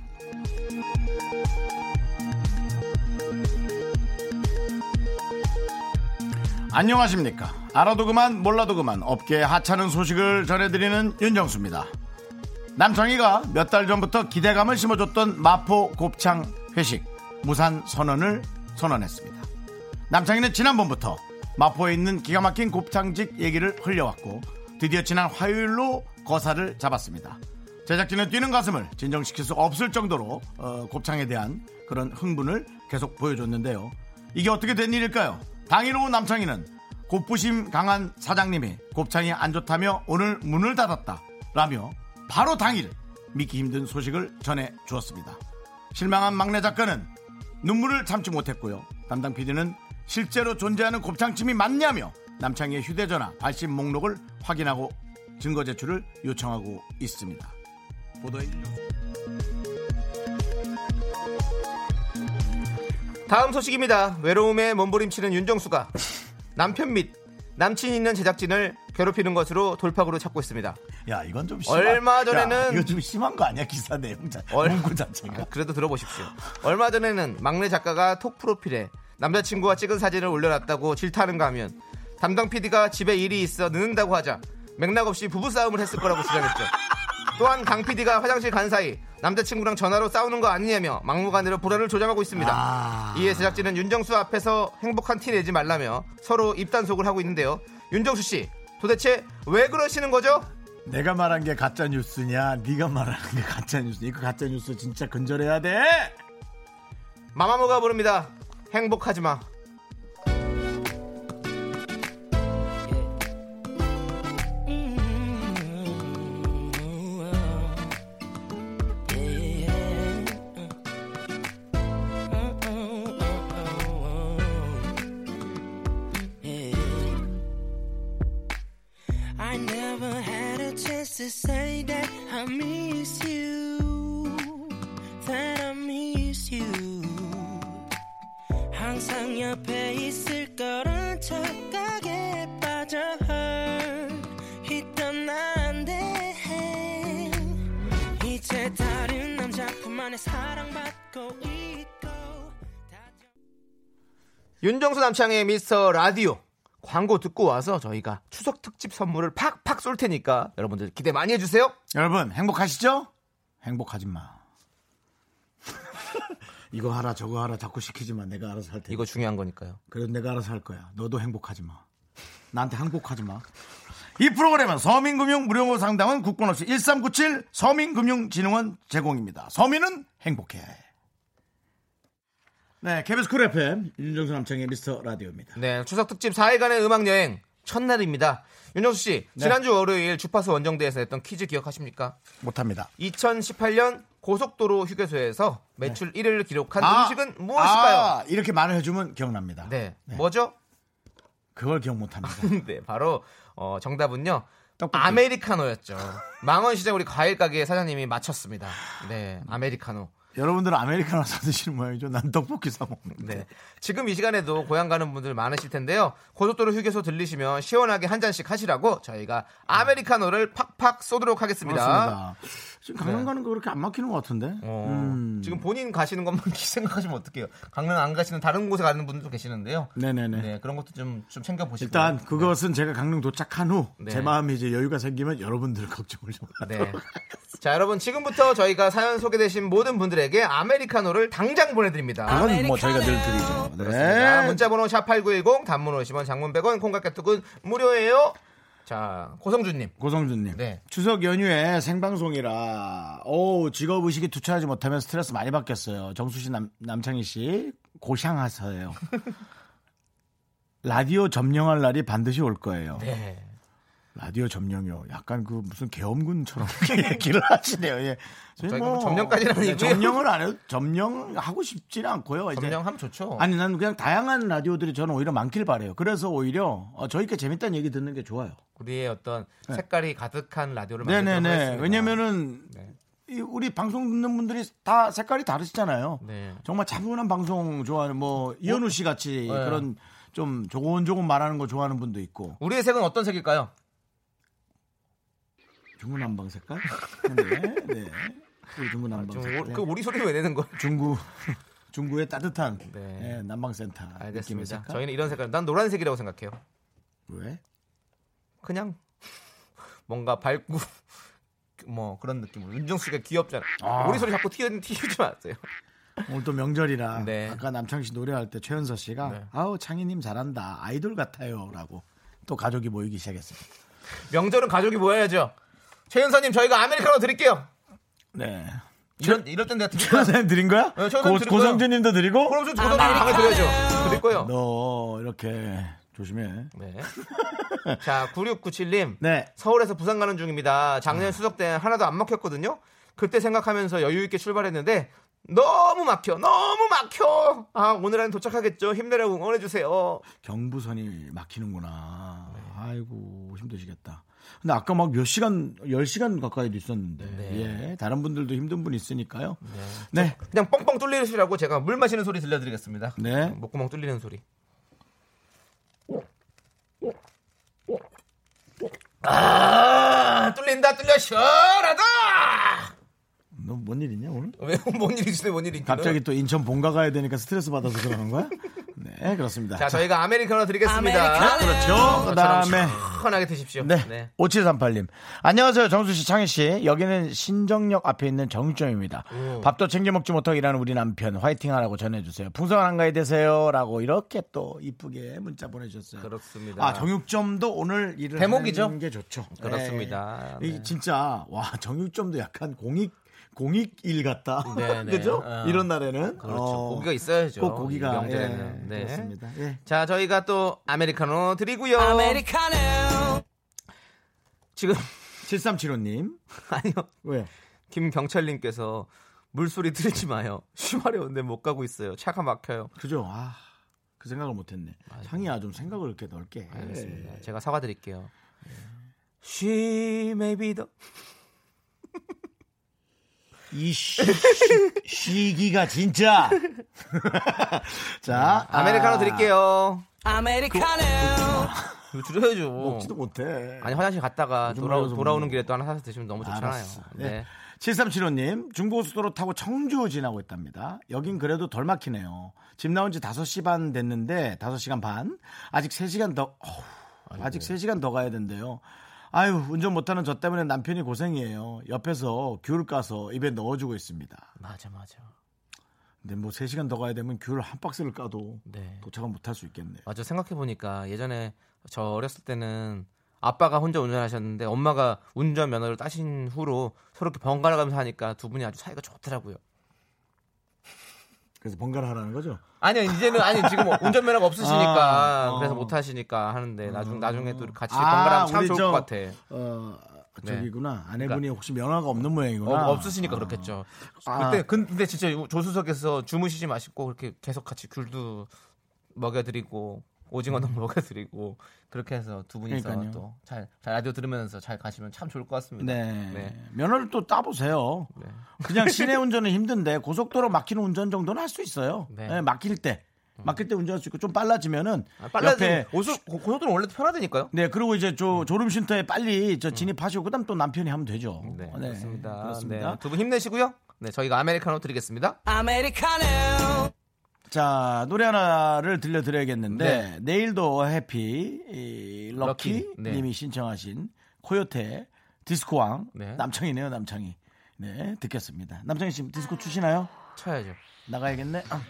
A: 안녕하십니까. 알아도 그만 몰라도 그만 업계의 하찮은 소식을 전해드리는 윤정수입니다. 남창희가 몇 달 전부터 기대감을 심어줬던 마포 곱창 회식 무산 선언을 선언했습니다. 남창희는 지난번부터 마포에 있는 기가 막힌 곱창집 얘기를 흘려왔고 드디어 지난 화요일로 거사를 잡았습니다. 제작진은 뛰는 가슴을 진정시킬 수 없을 정도로 어, 곱창에 대한 그런 흥분을 계속 보여줬는데요. 이게 어떻게 된 일일까요? 당일 오후 남창희는 고부심 강한 사장님이 곱창이 안 좋다며 오늘 문을 닫았다 라며 바로 당일 믿기 힘든 소식을 전해 주었습니다. 실망한 막내 작가는 눈물을 참지 못했고요. 담당 PD는 실제로 존재하는 곱창찜이 맞냐며 남창희의 휴대전화 발신 목록을 확인하고 증거 제출을 요청하고 있습니다. 보도에
B: 다음 소식입니다. 외로움에 몸부림치는 윤정수가 남편 및 남친이 있는 제작진을 괴롭히는 것으로 돌파구로 찾고 있습니다.
A: 야 이건 좀 심한.
B: 얼마 전에는-
A: 야, 이거 좀 심한 거 아니야 기사 내용 자,
B: 얼-
A: 문구
B: 아,
A: 자체가.
B: 그래도 들어보십시오. 얼마 전에는 막내 작가가 톡 프로필에 남자친구와 찍은 사진을 올려놨다고 질타하는가 하면 담당 PD가 집에 일이 있어 늦는다고 하자 맥락 없이 부부싸움을 했을 거라고 주장했죠. 또한 강 PD가 화장실 간 사이 남자친구랑 전화로 싸우는 거 아니냐며 막무가내로 불화를 조장하고 있습니다.
A: 아.
B: 이에 제작진은 윤정수 앞에서 행복한 티 내지 말라며 서로 입단속을 하고 있는데요. 윤정수 씨, 도대체 왜 그러시는 거죠?
A: 내가 말한 게 가짜 뉴스냐, 네가 말하는 게 가짜 뉴스냐. 이거 가짜 뉴스 진짜 근절해야 돼.
B: 마마무가 부릅니다. 행복하지 마.
G: I never had a chance to say that I miss you. That I miss you. 항상 옆에 있을 거란 착각에 빠져 있던 나인데 이제 다른 남자품 안에 사랑받고 있고
B: 윤정수 남창의 미스터 라디오 광고 듣고 와서 저희가 추석 특집 선물을 팍팍 쏠 테니까 여러분들 기대 많이 해주세요.
A: 여러분 행복하시죠? 행복하지 마. (laughs) 이거 하라 저거 하라 자꾸 시키지 마. 내가 알아서 할 테니까.
B: 이거 중요한 거니까요.
A: 그래도 내가 알아서 할 거야. 너도 행복하지 마. 나한테 항복하지 마. 이 프로그램은 서민금융 무료모 상담은 국권 없이 1397 서민금융진흥원 제공입니다. 서민은 행복해. 네, KBS 쿨 FM 윤정수 남창의 미스터 라디오입니다.
B: 네, 추석 특집 4일간의 음악 여행 첫날입니다. 윤정수 씨,
A: 네.
B: 지난주 월요일 주파수 원정대에서 했던 퀴즈 기억하십니까?
A: 못합니다.
B: 2018년 고속도로 휴게소에서 매출 1위를 기록한
A: 아,
B: 음식은 무엇일까요?
A: 아, 이렇게 말을 해주면 기억납니다.
B: 네, 뭐죠? (laughs)
A: 그걸 기억 못합니다.
B: 네, 바로 어, 정답은요.
A: 떡볶이.
B: 아메리카노였죠. 망원시장 우리 과일 가게 사장님이 맞췄습니다. 네, 아메리카노.
A: 여러분들은 아메리카노 사드시는 모양이죠? 난 떡볶이 사먹는데.
B: 네. 지금 이 시간에도 고향 가는 분들 많으실 텐데요. 고속도로 휴게소 들리시면 시원하게 한 잔씩 하시라고 저희가 아메리카노를 팍팍 쏘도록 하겠습니다. 네.
A: 그렇습니다. 지금 강남 가는 거 그렇게 안 막히는 것 같은데?
B: 어,
A: 음.
B: 지금 본인 가시는 것만 (laughs) 생각하시면 어떡해요. 강릉 안 가시는 다른 곳에 가는 분들도 계시는데요.
A: 네네네.
B: 네, 그런 것도 좀, 좀 챙겨보시고.
A: 일단 그것은 제가 강릉 도착한 후 제
B: 네.
A: 마음에 이제 여유가 생기면 여러분들 걱정을 좀 하도록 (laughs)
B: 네. 자, 여러분 지금부터 저희가 사연 소개되신 모든 분들에게 아메리카노를 당장 보내드립니다.
A: 그건 뭐 저희가 늘 드리죠.
B: 자,
A: 네.
B: 문자번호 샵8910 단문 50원 장문 100원 콩깍개톡은 무료예요. 자, 고성준님.
A: 고성준님.
B: 네.
A: 추석 연휴에 생방송이라 오 직업 의식이 투철하지 못하면 스트레스 많이 받겠어요. 정수 씨, 남, 남창희 씨
B: (laughs)
A: 고향하세요. 라디오 점령할 날이 반드시 올 거예요.
B: 네.
A: 라디오 점령이요. 약간 그 무슨 계엄군처럼 (laughs) 얘기를 하시네요. 예. 저희 네,
B: 저희가 뭐 점령까지는 아니고요.
A: 점령을 안 해도 점령하고 싶지는 않고요. 이제
B: 점령하면 좋죠.
A: 아니 난 그냥 다양한 라디오들이 저는 오히려 많길 바래요. 그래서 오히려 어, 저희께 재밌다는 얘기 듣는 게 좋아요.
B: 우리의 어떤 색깔이 가득한 라디오를 만들도록
A: 네네네.
B: 하겠습니다. 네.
A: 왜냐면은 이 우리 방송 듣는 분들이 다 색깔이 다르시잖아요.
B: 네. 어?
A: 정말 차분한 방송 좋아하는 뭐 이현우 씨 같이 그런 좀 조곤조곤 말하는 거 좋아하는 분도 있고
B: 우리의 색은 어떤 색일까요?
A: 중구난방 색깔. (laughs) 네. 네. 우리 중구난방
B: 좀
A: 색깔.
B: 오- 그 우리 소리 왜 내는 거예요?
A: 중구 (laughs) 중구의 따뜻한
B: 네.
A: 네, 난방센터 느낌의
B: 알겠습니다.
A: 색깔.
B: 저희는 이런 색깔. 난 노란색이라고 생각해요.
A: 왜?
B: 그냥 (laughs) 뭔가 밝고 (laughs) 뭐 그런 느낌으로 윤정수가 귀엽잖아.
A: 아.
B: 우리 소리 자꾸 튀, 튀우지 마세요.
A: 오늘 또 명절이라
B: 네.
A: 아까 남창 씨 노래할 때 최연서 씨가
B: 네.
A: 아우 창희님 잘한다 아이돌 같아요라고 또 가족이 모이기 시작했습니다.
B: 명절은 가족이 모여야죠. 최윤서님 저희가 아메리카노 드릴게요.
A: 네.
B: 이런 이럴 땐 내가
A: (laughs)
B: 드릴까?
A: 최연서님 드린 거야?
B: 네,
A: 고,
B: 최연서님 드린
A: 성준님도 드리고
B: (laughs) 그럼 좀 저도 당을 드려야죠. 드릴 거예요.
A: 너 이렇게 조심해.
B: 네. 자 9697님
A: 네.
B: 서울에서 부산 가는 중입니다.
A: 음.
B: 작년 수석 때 하나도 안 막혔거든요. 그때 생각하면서 여유 있게 출발했는데 너무 막혀, 너무 막혀. 아 오늘 안에 도착하겠죠. 힘내라고 응원해 주세요.
A: 경부선이 막히는구나.
B: 네.
A: 아이고 힘드시겠다. 근데 아까 막 몇 시간 10시간 가까이도 있었는데.
B: 네.
A: 예. 다른 분들도 힘든 분 있으니까요. 네.
B: 그냥 뻥뻥 뚫리시라고 제가 물 마시는 소리 들려드리겠습니다.
A: 네.
B: 목구멍 뚫리는 소리. 아, 뚫린다, 뚫려, 시원하다!
A: 너 뭔 일이냐 오늘?
B: 왜, 뭔 일이지, 뭔 일이지?
A: 갑자기 또 인천 본가 가야 되니까 스트레스 받아서 그러는 거야? (laughs) 네 그렇습니다.
B: 자, 저희가 아메리카노 드리겠습니다.
A: 그렇죠. 그다음에
B: 시원하게 드십시오.
A: 네. 5738님. 안녕하세요. 정수 씨, 창희 씨. 여기는 신정역 앞에 있는 정육점입니다. 밥도 챙겨 먹지 못하고 일하는 우리 남편 화이팅 하라고 전해 주세요. 풍성한 한가위 되세요. 라고 이렇게 또 이쁘게 문자 보내 주셨어요.
B: 그렇습니다.
A: 아, 정육점도 오늘 일을
B: 대목이죠.
A: 하는 게 좋죠.
B: 그렇습니다.
A: 예. 이
B: 네.
A: 진짜 와, 정육점도 약간 공익 공익 일 같다.
B: 네,
A: (laughs)
B: 네.
A: 그죠?
B: 어.
A: 이런 날에는
B: 그렇죠.
A: 어,
B: 고기가 있어야죠.
A: 꼭 고기가
B: 이 명절에는.
A: 예,
B: 네.
A: 그렇습니다. 예.
B: 자, 저희가 또 아메리카노 드리고요.
G: 아메리카노
B: 지금 (laughs)
A: 7375님.
B: 아니요.
A: 왜?
B: 김경철님께서 물소리 들지 마요. 쉬마리 온데 못 가고 있어요. 차가 막혀요.
A: 그죠? 아, 그 생각을 못했네. 상이야 좀 생각을 이렇게 넓게. 예.
B: 알겠습니다. 제가 사과드릴게요.
A: 네.
B: She may be the
A: 이 시, 기가 진짜. (laughs) 자,
B: 네. 아메리카노
A: 아,
B: 드릴게요.
G: 아메리카노
B: (laughs) 이거 줄여야죠.
A: 먹지도 못해.
B: 아니 화장실 갔다가
A: 요즘
B: 돌아,
A: 먹어서
B: 돌아오는
A: 먹는
B: 길에 또 하나 사서 드시면 너무 좋잖아요.
A: 알았어.
B: 네.
A: 네. 7375님, 중고속도로 타고 청주 지나고 있답니다. 여긴 그래도 덜 막히네요. 집 나온 지 5시 반 됐는데, 5시간 반. 아직 3시간 더, 어후, 아직 3시간 더 가야 된대요. 아유, 운전 못하는 저 때문에 남편이 고생이에요. 옆에서 귤 까서 입에 넣어주고 있습니다.
B: 맞아 맞아.
A: 근데 뭐 3시간 더 가야 되면 귤 한 박스를 까도
B: 네.
A: 도착을 못할 수 있겠네요.
B: 맞아 생각해 보니까 예전에 저 어렸을 때는 아빠가 혼자 운전하셨는데 엄마가 운전 면허를 따신 후로 서로 이렇게 번갈아 가면서 하니까 두 분이 아주 사이가 좋더라고요.
A: 그래서 번갈아 하라는 거죠?
B: 아니요 이제는 아니 지금 운전 면허가 없으시니까
A: 아, 어.
B: 그래서 못 하시니까 하는데 나중 나중에 또 같이
A: 아,
B: 번갈아 하면 참
A: 우리
B: 좋을
A: 저-
B: 것 같아.
A: 어,
B: 네.
A: 저기구나. 아내분이 혹시 면허가 없는 모양이구나.
B: 어, 없으시니까 그렇겠죠.
A: 아.
B: 그때 근데 진짜 조수석에서 주무시지 마시고 그렇게 계속 같이 귤도 먹여드리고 오징어도 먹여드리고 그렇게 해서 두 분이서
A: 음. 그러니까요.
B: 또잘 잘 라디오 들으면서 잘 가시면 참 좋을 것 같습니다.
A: 네.
B: 네.
A: 면허를 또 따보세요.
B: 네.
A: 그냥 시내 운전은 힘든데 고속도로 막히는 운전 정도는 할 수 있어요.
B: 네.
A: 예, 막힐 때. 막힐 때 운전할 수 있고 좀 빨라지면은
B: 아, 빨라지면
A: 옆에
B: 오수 고속도로 원래 편하다니까요.
A: 네, 그리고 이제 저 졸음 쉼터에 빨리 저 진입하시고 그다음 또 남편이 하면 되죠.
B: 네,
A: 어,
B: 그렇습니다.
A: 그렇습니다.
B: 두 분 힘내시고요. 네, 저희가 아메리카노 드리겠습니다.
G: 아메리카노
A: 자, 노래 하나를 들려드려야겠는데
B: 네.
A: 내일도 해피 이, 럭키,
B: 럭키, 네.
A: 님이 신청하신 코요태 디스코왕
B: 네.
A: 남창이네요, 남창이. 네, 듣겠습니다. 남창이 씨 디스코 추시나요?
B: 쳐야죠.
A: 나가야겠네. 아.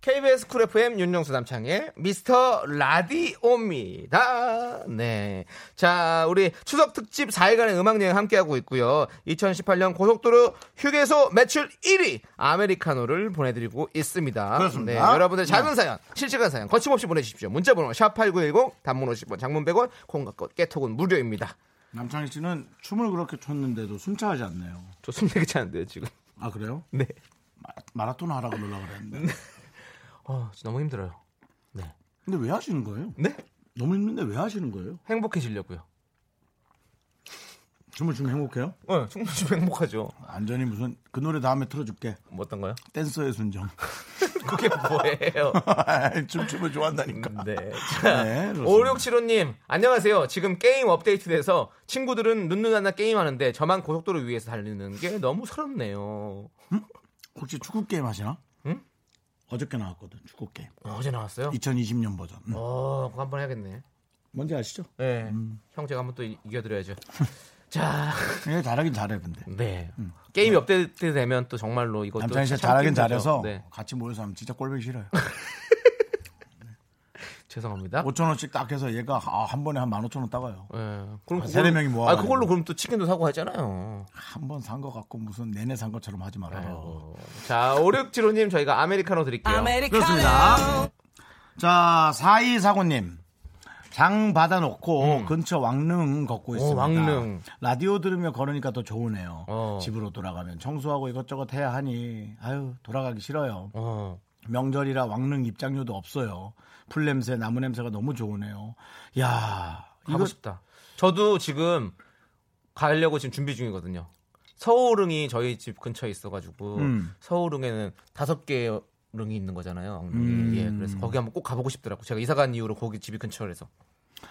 B: KBS 쿨 FM 윤정수 남창의 미스터 라디오입니다. 네. 자, 우리 추석 특집 4일간의 음악여행 함께하고 있고요. 2018년 고속도로 휴게소 매출 1위 아메리카노를 보내드리고 있습니다.
A: 그렇습니다.
B: 네, 여러분들 작은 사연, 실시간 사연 거침없이 보내주십시오. 문자번호 샵8910 단문 50원, 장문 100원, 콩과 깨톡은 무료입니다.
A: 남창희 씨는 춤을 그렇게 췄는데도 숨차하지 않네요.
B: 저 숨 되게 차는데요, 지금.
A: 아 그래요?
B: 네.
A: 마, 마라톤 하라고 놀라 그랬는데.
B: 어, 진짜 너무 힘들어요.
A: 근데 왜 하시는 거예요?
B: 네?
A: 너무 힘든데 왜 하시는 거예요?
B: 행복해지려고요.
A: 춤을 추면 행복해요?
B: 어, 충분히 행복하죠.
A: 안전히 무슨 그 노래 다음에 틀어줄게.
B: 뭐 어떤 거요?
A: 댄서의 순정. (laughs)
B: 그게 (laughs) 뭐예요?
A: 춤춤을 좋아한다니까. (laughs)
B: 네.
A: 그러니까. 네,
B: 자,
A: 그렇습니다.
B: 5675님, 안녕하세요. 지금 게임 업데이트 돼서 친구들은 눈누나나 게임하는데 저만 고속도로 위에서 달리는 게 너무 서럽네요.
A: 혹시 축구 게임 하시나?
B: 응?
A: 어저께 나왔거든 축구 게임.
B: 어, 어제 나왔어요?
A: 2020년 버전. 음. 응.
B: 어, 그거 한번 해야겠네.
A: 뭔지 아시죠?
B: 네. 형 제가 한번 또 이-
A: (laughs)
B: 이겨드려야죠. 자,
A: 예, 잘하긴 잘해 근데.
B: 네. 게임이 업데이트 되면 뭐 또 정말로 이것도.
A: 음. 남창희 씨가
B: 참
A: 잘하긴
B: 힘들죠.
A: 잘해서
B: 네.
A: 같이 모여서 하면 진짜 꼴보기 싫어요.
B: 죄송합니다.
A: 5천 원씩 딱 해서 얘가 아, 한 번에 한 15,000원 따가요.
B: 예. 그럼
A: 세네
B: 그걸로-
A: 명이
B: 아,
A: 모아가지고.
B: 그걸로 그럼 또 치킨도 사고 하잖아요.
A: 한 번 산 거 갖고 무슨 내내 산 것처럼 하지 말아요.
B: 자, 5675님 저희가 아메리카노 드릴게요.
G: 아메리카노
A: 자, 4249님. 장 받아놓고 근처 왕릉 걷고 있습니다.
B: 왕릉.
A: 라디오 들으며 걸으니까 더 좋으네요.
B: 어.
A: 집으로 돌아가면 청소하고 이것저것 해야 하니 아유 돌아가기 싫어요.
B: 어.
A: 명절이라 왕릉 입장료도 없어요. 풀 냄새, 나무 냄새가 너무 좋으네요. 야,
B: 가고
A: 이거
B: 싶다. 저도 지금 가려고 지금 준비 중이거든요. 서울릉이 저희 집 근처에 있어가지고
A: 음.
B: 서울릉에는 다섯 개의 릉이 있는 거잖아요. 왕릉이.
A: 음.
B: 예, 그래서 거기 한번 꼭 가보고 싶더라고. 제가 이사간 이후로 거기 집이 근처라서.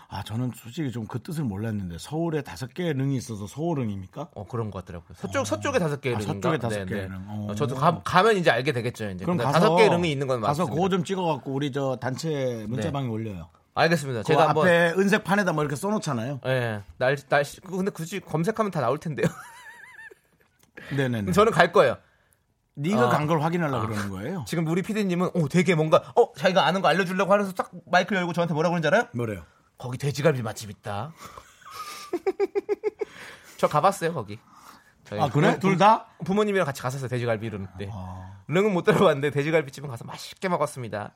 A: 아 저는 솔직히 좀 그 뜻을 몰랐는데 서울에 다섯 개의 릉이 있어서 서울릉입니까?
B: 어 그런 것 같더라고요. 서쪽 서쪽에 다섯 개
A: 아,
B: 릉인가?
A: 서쪽에 다섯
B: 네,
A: 개의
B: 네.
A: 릉. 어.
B: 어, 저도 가, 가면 이제 알게 되겠죠. 이제 예, 근데 다섯 개 릉이 있는 건
A: 가서
B: 맞습니다.
A: 그거 좀 찍어갖고 우리 저 단체 문자방에 올려요.
B: 알겠습니다.
A: 그
B: 제가 한번
A: 앞에 은색판에다 뭐 이렇게 써놓잖아요.
B: 예, 날, 날, 근데 굳이 검색하면 다 나올 텐데요. (laughs)
A: 네네네.
B: 저는 갈 거예요.
A: 네가
B: 아.
A: 간 걸 확인하려고 그러는 거예요.
B: 지금 우리 피디님은, 어, 되게 뭔가, 어, 자기가 아는 거 알려주려고 하면서 딱 마이크 열고 저한테 (laughs) 뭐라 그러는지 알아요?
A: 뭐래요?
B: 거기 돼지갈비 맛집 있다. (laughs) 저 가봤어요, 거기. 저희
A: 아 그래?
B: 부모-
A: 둘 다? 아.
B: 부모님이랑 같이 갔었어요, 돼지갈비는. 네. 릉은 못 들어봤는데, 돼지갈비 집은 가서 맛있게 먹었습니다.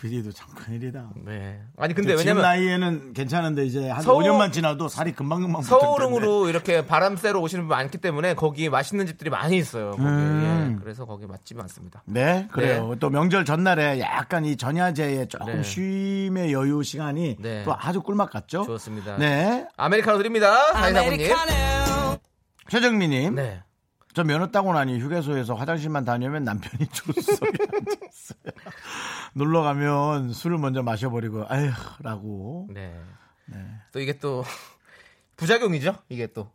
A: 비디도 참 큰일이다.
B: 네. 아니, 근데
A: 지금
B: 왜냐면,
A: 나이에는 괜찮은데 이제 한
B: 서울-
A: 5년만 지나도 살이 금방금방 붙을 텐데.
B: 서울흥으로 이렇게 바람 쐬러 오시는 분 많기 때문에 거기 맛있는 집들이 많이 있어요. 거기.
A: 음.
B: 예, 그래서 거기 맛집이 많습니다.
A: 네, 그래요. 또 명절 전날에 약간 이 전야제의 조금
B: 네.
A: 쉼의 여유 시간이
B: 네.
A: 또 아주 꿀맛 같죠?
B: 좋습니다.
A: 네.
B: 아메리카노 드립니다. 사이사부님.
A: 최정민님.
B: 네.
A: 저 면허 따고 나니 휴게소에서 화장실만 다녀면 남편이 (laughs) 조수석에 앉았어요. 놀러 가면 술을 먼저 마셔버리고 아휴라고
B: 네. 또 이게 또 (laughs) 부작용이죠. 이게 또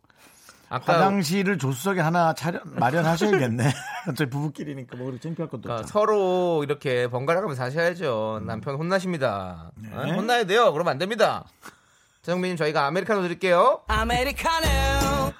B: 아까
A: 화장실을 조수석에 하나 차려, 마련하셔야겠네. (laughs) 저희 부부끼리니까 뭐 그렇게 창피할 것도
B: 그러니까
A: 없잖아.
B: 서로 이렇게 번갈아 가면서 사셔야죠.
A: 음.
B: 남편 혼나십니다.
A: 네.
B: 아, 혼나야 돼요. 그러면 안 됩니다. 정민님 저희가 아메리카노 드릴게요.
G: 아메리카노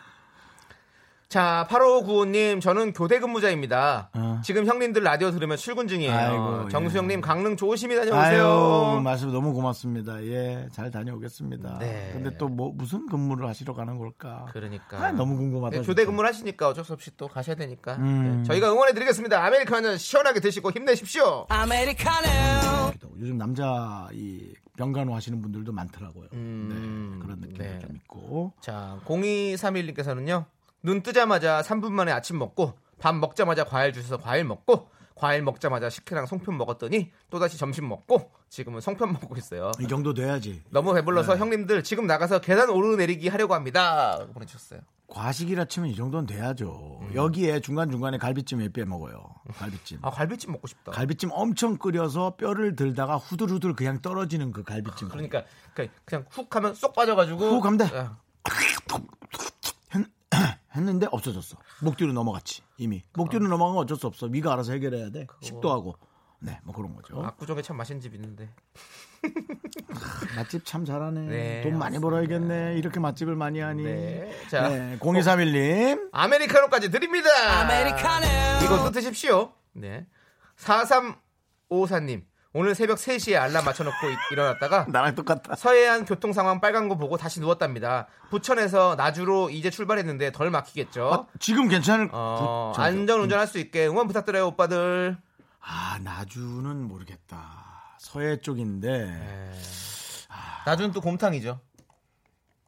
B: 자, 8595님, 저는 교대 근무자입니다.
A: 어.
B: 지금 형님들 라디오 들으면 출근 중이에요.
A: 아이고, 예.
B: 정수영님, 강릉 조심히
A: 아유,
B: 다녀오세요.
A: 말씀 너무 고맙습니다. 예, 잘 다녀오겠습니다.
B: 네.
A: 근데 또 뭐 무슨 근무를 하시러 가는 걸까?
B: 그러니까.
A: 아, 너무 궁금하다.
B: 네,
A: 진짜.
B: 교대 근무를 하시니까 어쩔 수 없이 또 가셔야 되니까.
A: 음.
B: 네, 저희가 응원해 드리겠습니다. 아메리카노는 시원하게 드시고 힘내십시오.
G: 아메리카노
A: 요즘 남자 이 병간호 하시는 분들도 많더라고요.
B: 음,
A: 네, 그런 느낌도
B: 네.
A: 좀 있고.
B: 자, 0231님께서는요. 눈 뜨자마자 3분 만에 아침 먹고 밥 먹자마자 과일 주셔서 과일 먹고 과일 먹자마자 식혜랑 송편 먹었더니 또다시 점심 먹고 지금은 송편 먹고 있어요.
A: 이 정도 돼야지.
B: 너무
A: 네.
B: 배불러서 형님들 지금 나가서 계단 오르내리기 하려고 합니다. 라고 보내주셨어요.
A: 과식이라 치면 이 정도는 돼야죠. 여기에 중간중간에 갈비찜에 빼 먹어요. 갈비찜.
B: 음. 아, 갈비찜 먹고 싶다.
A: 갈비찜 엄청 끓여서 뼈를 들다가 후들후들 그냥 떨어지는 그 갈비찜.
B: 그러니까 그냥, 그냥 훅 하면 쏙 빠져가지고
A: 훅 하면 돼.
B: 아,
A: 했는데 없어졌어. 목 뒤로 넘어갔지. 이미. 목 뒤로 넘어간 건 어쩔 수 없어. 위가 알아서 해결해야 돼. 식도하고. 네, 뭐 그런 거죠.
B: 압구정에 참 맛있는 집 있는데.
A: 맛집 참 잘하네.
B: 그- 네,
A: 돈 많이
B: 맞습니다.
A: 벌어야겠네. 이렇게 맛집을 많이 하니.
B: 네. 자.
A: 네, 0231님.
B: 아메리카노까지 드립니다.
G: 아메리카노
B: 이것도 드십시오. 네. 4354님. 오늘 새벽 3시에 알람 맞춰놓고 이- 일어났다가
A: 나랑 똑같다.
B: 서해안 교통 상황 빨간 거 보고 다시 누웠답니다. 부천에서 나주로 이제 출발했는데 덜 막히겠죠?
A: 아, 지금 괜찮을
B: 어,
A: 부- 저-
B: 안전 운전할 수 있게 응원 부탁드려요, 오빠들.
A: 아, 나주는 모르겠다. 서해 쪽인데.
B: 네. 나주는 또 곰탕이죠.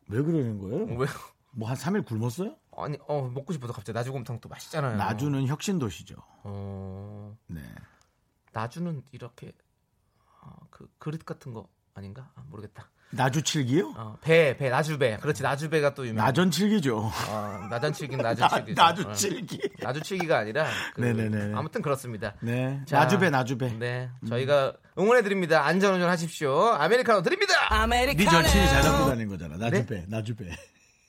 A: 왜 그러는 거예요?
B: 왜?
A: 뭐 한 3일 굶었어요?
B: 아니, 어, 먹고 싶어서 갑자기 나주 곰탕 또 맛있잖아요.
A: 나주는 혁신 도시죠.
B: 어,
A: 네.
B: 나주는 이렇게 어, 그 그릇 같은 거 아닌가? 아, 모르겠다.
A: 나주 칠기요?
B: 어, 배, 배, 나주배. 그렇지, 나주배가 또 유명.
A: 나전 칠기죠.
B: 어, 나전칠기,
A: (laughs) 나,
B: 나주칠기. 네.
A: 나주 칠기.
B: 나주칠기가 아니라. 그,
A: 네네네네.
B: 아무튼 그렇습니다.
A: 네.
B: 자,
A: 나주배 나주배. 네,
B: 네, 저희가 응원해 드립니다. 안전운전 하십시오. 아메리카노 드립니다.
G: 아메리카노
A: 절친이 잘 잡고 다니는 거잖아. 나주배 나주배. (laughs)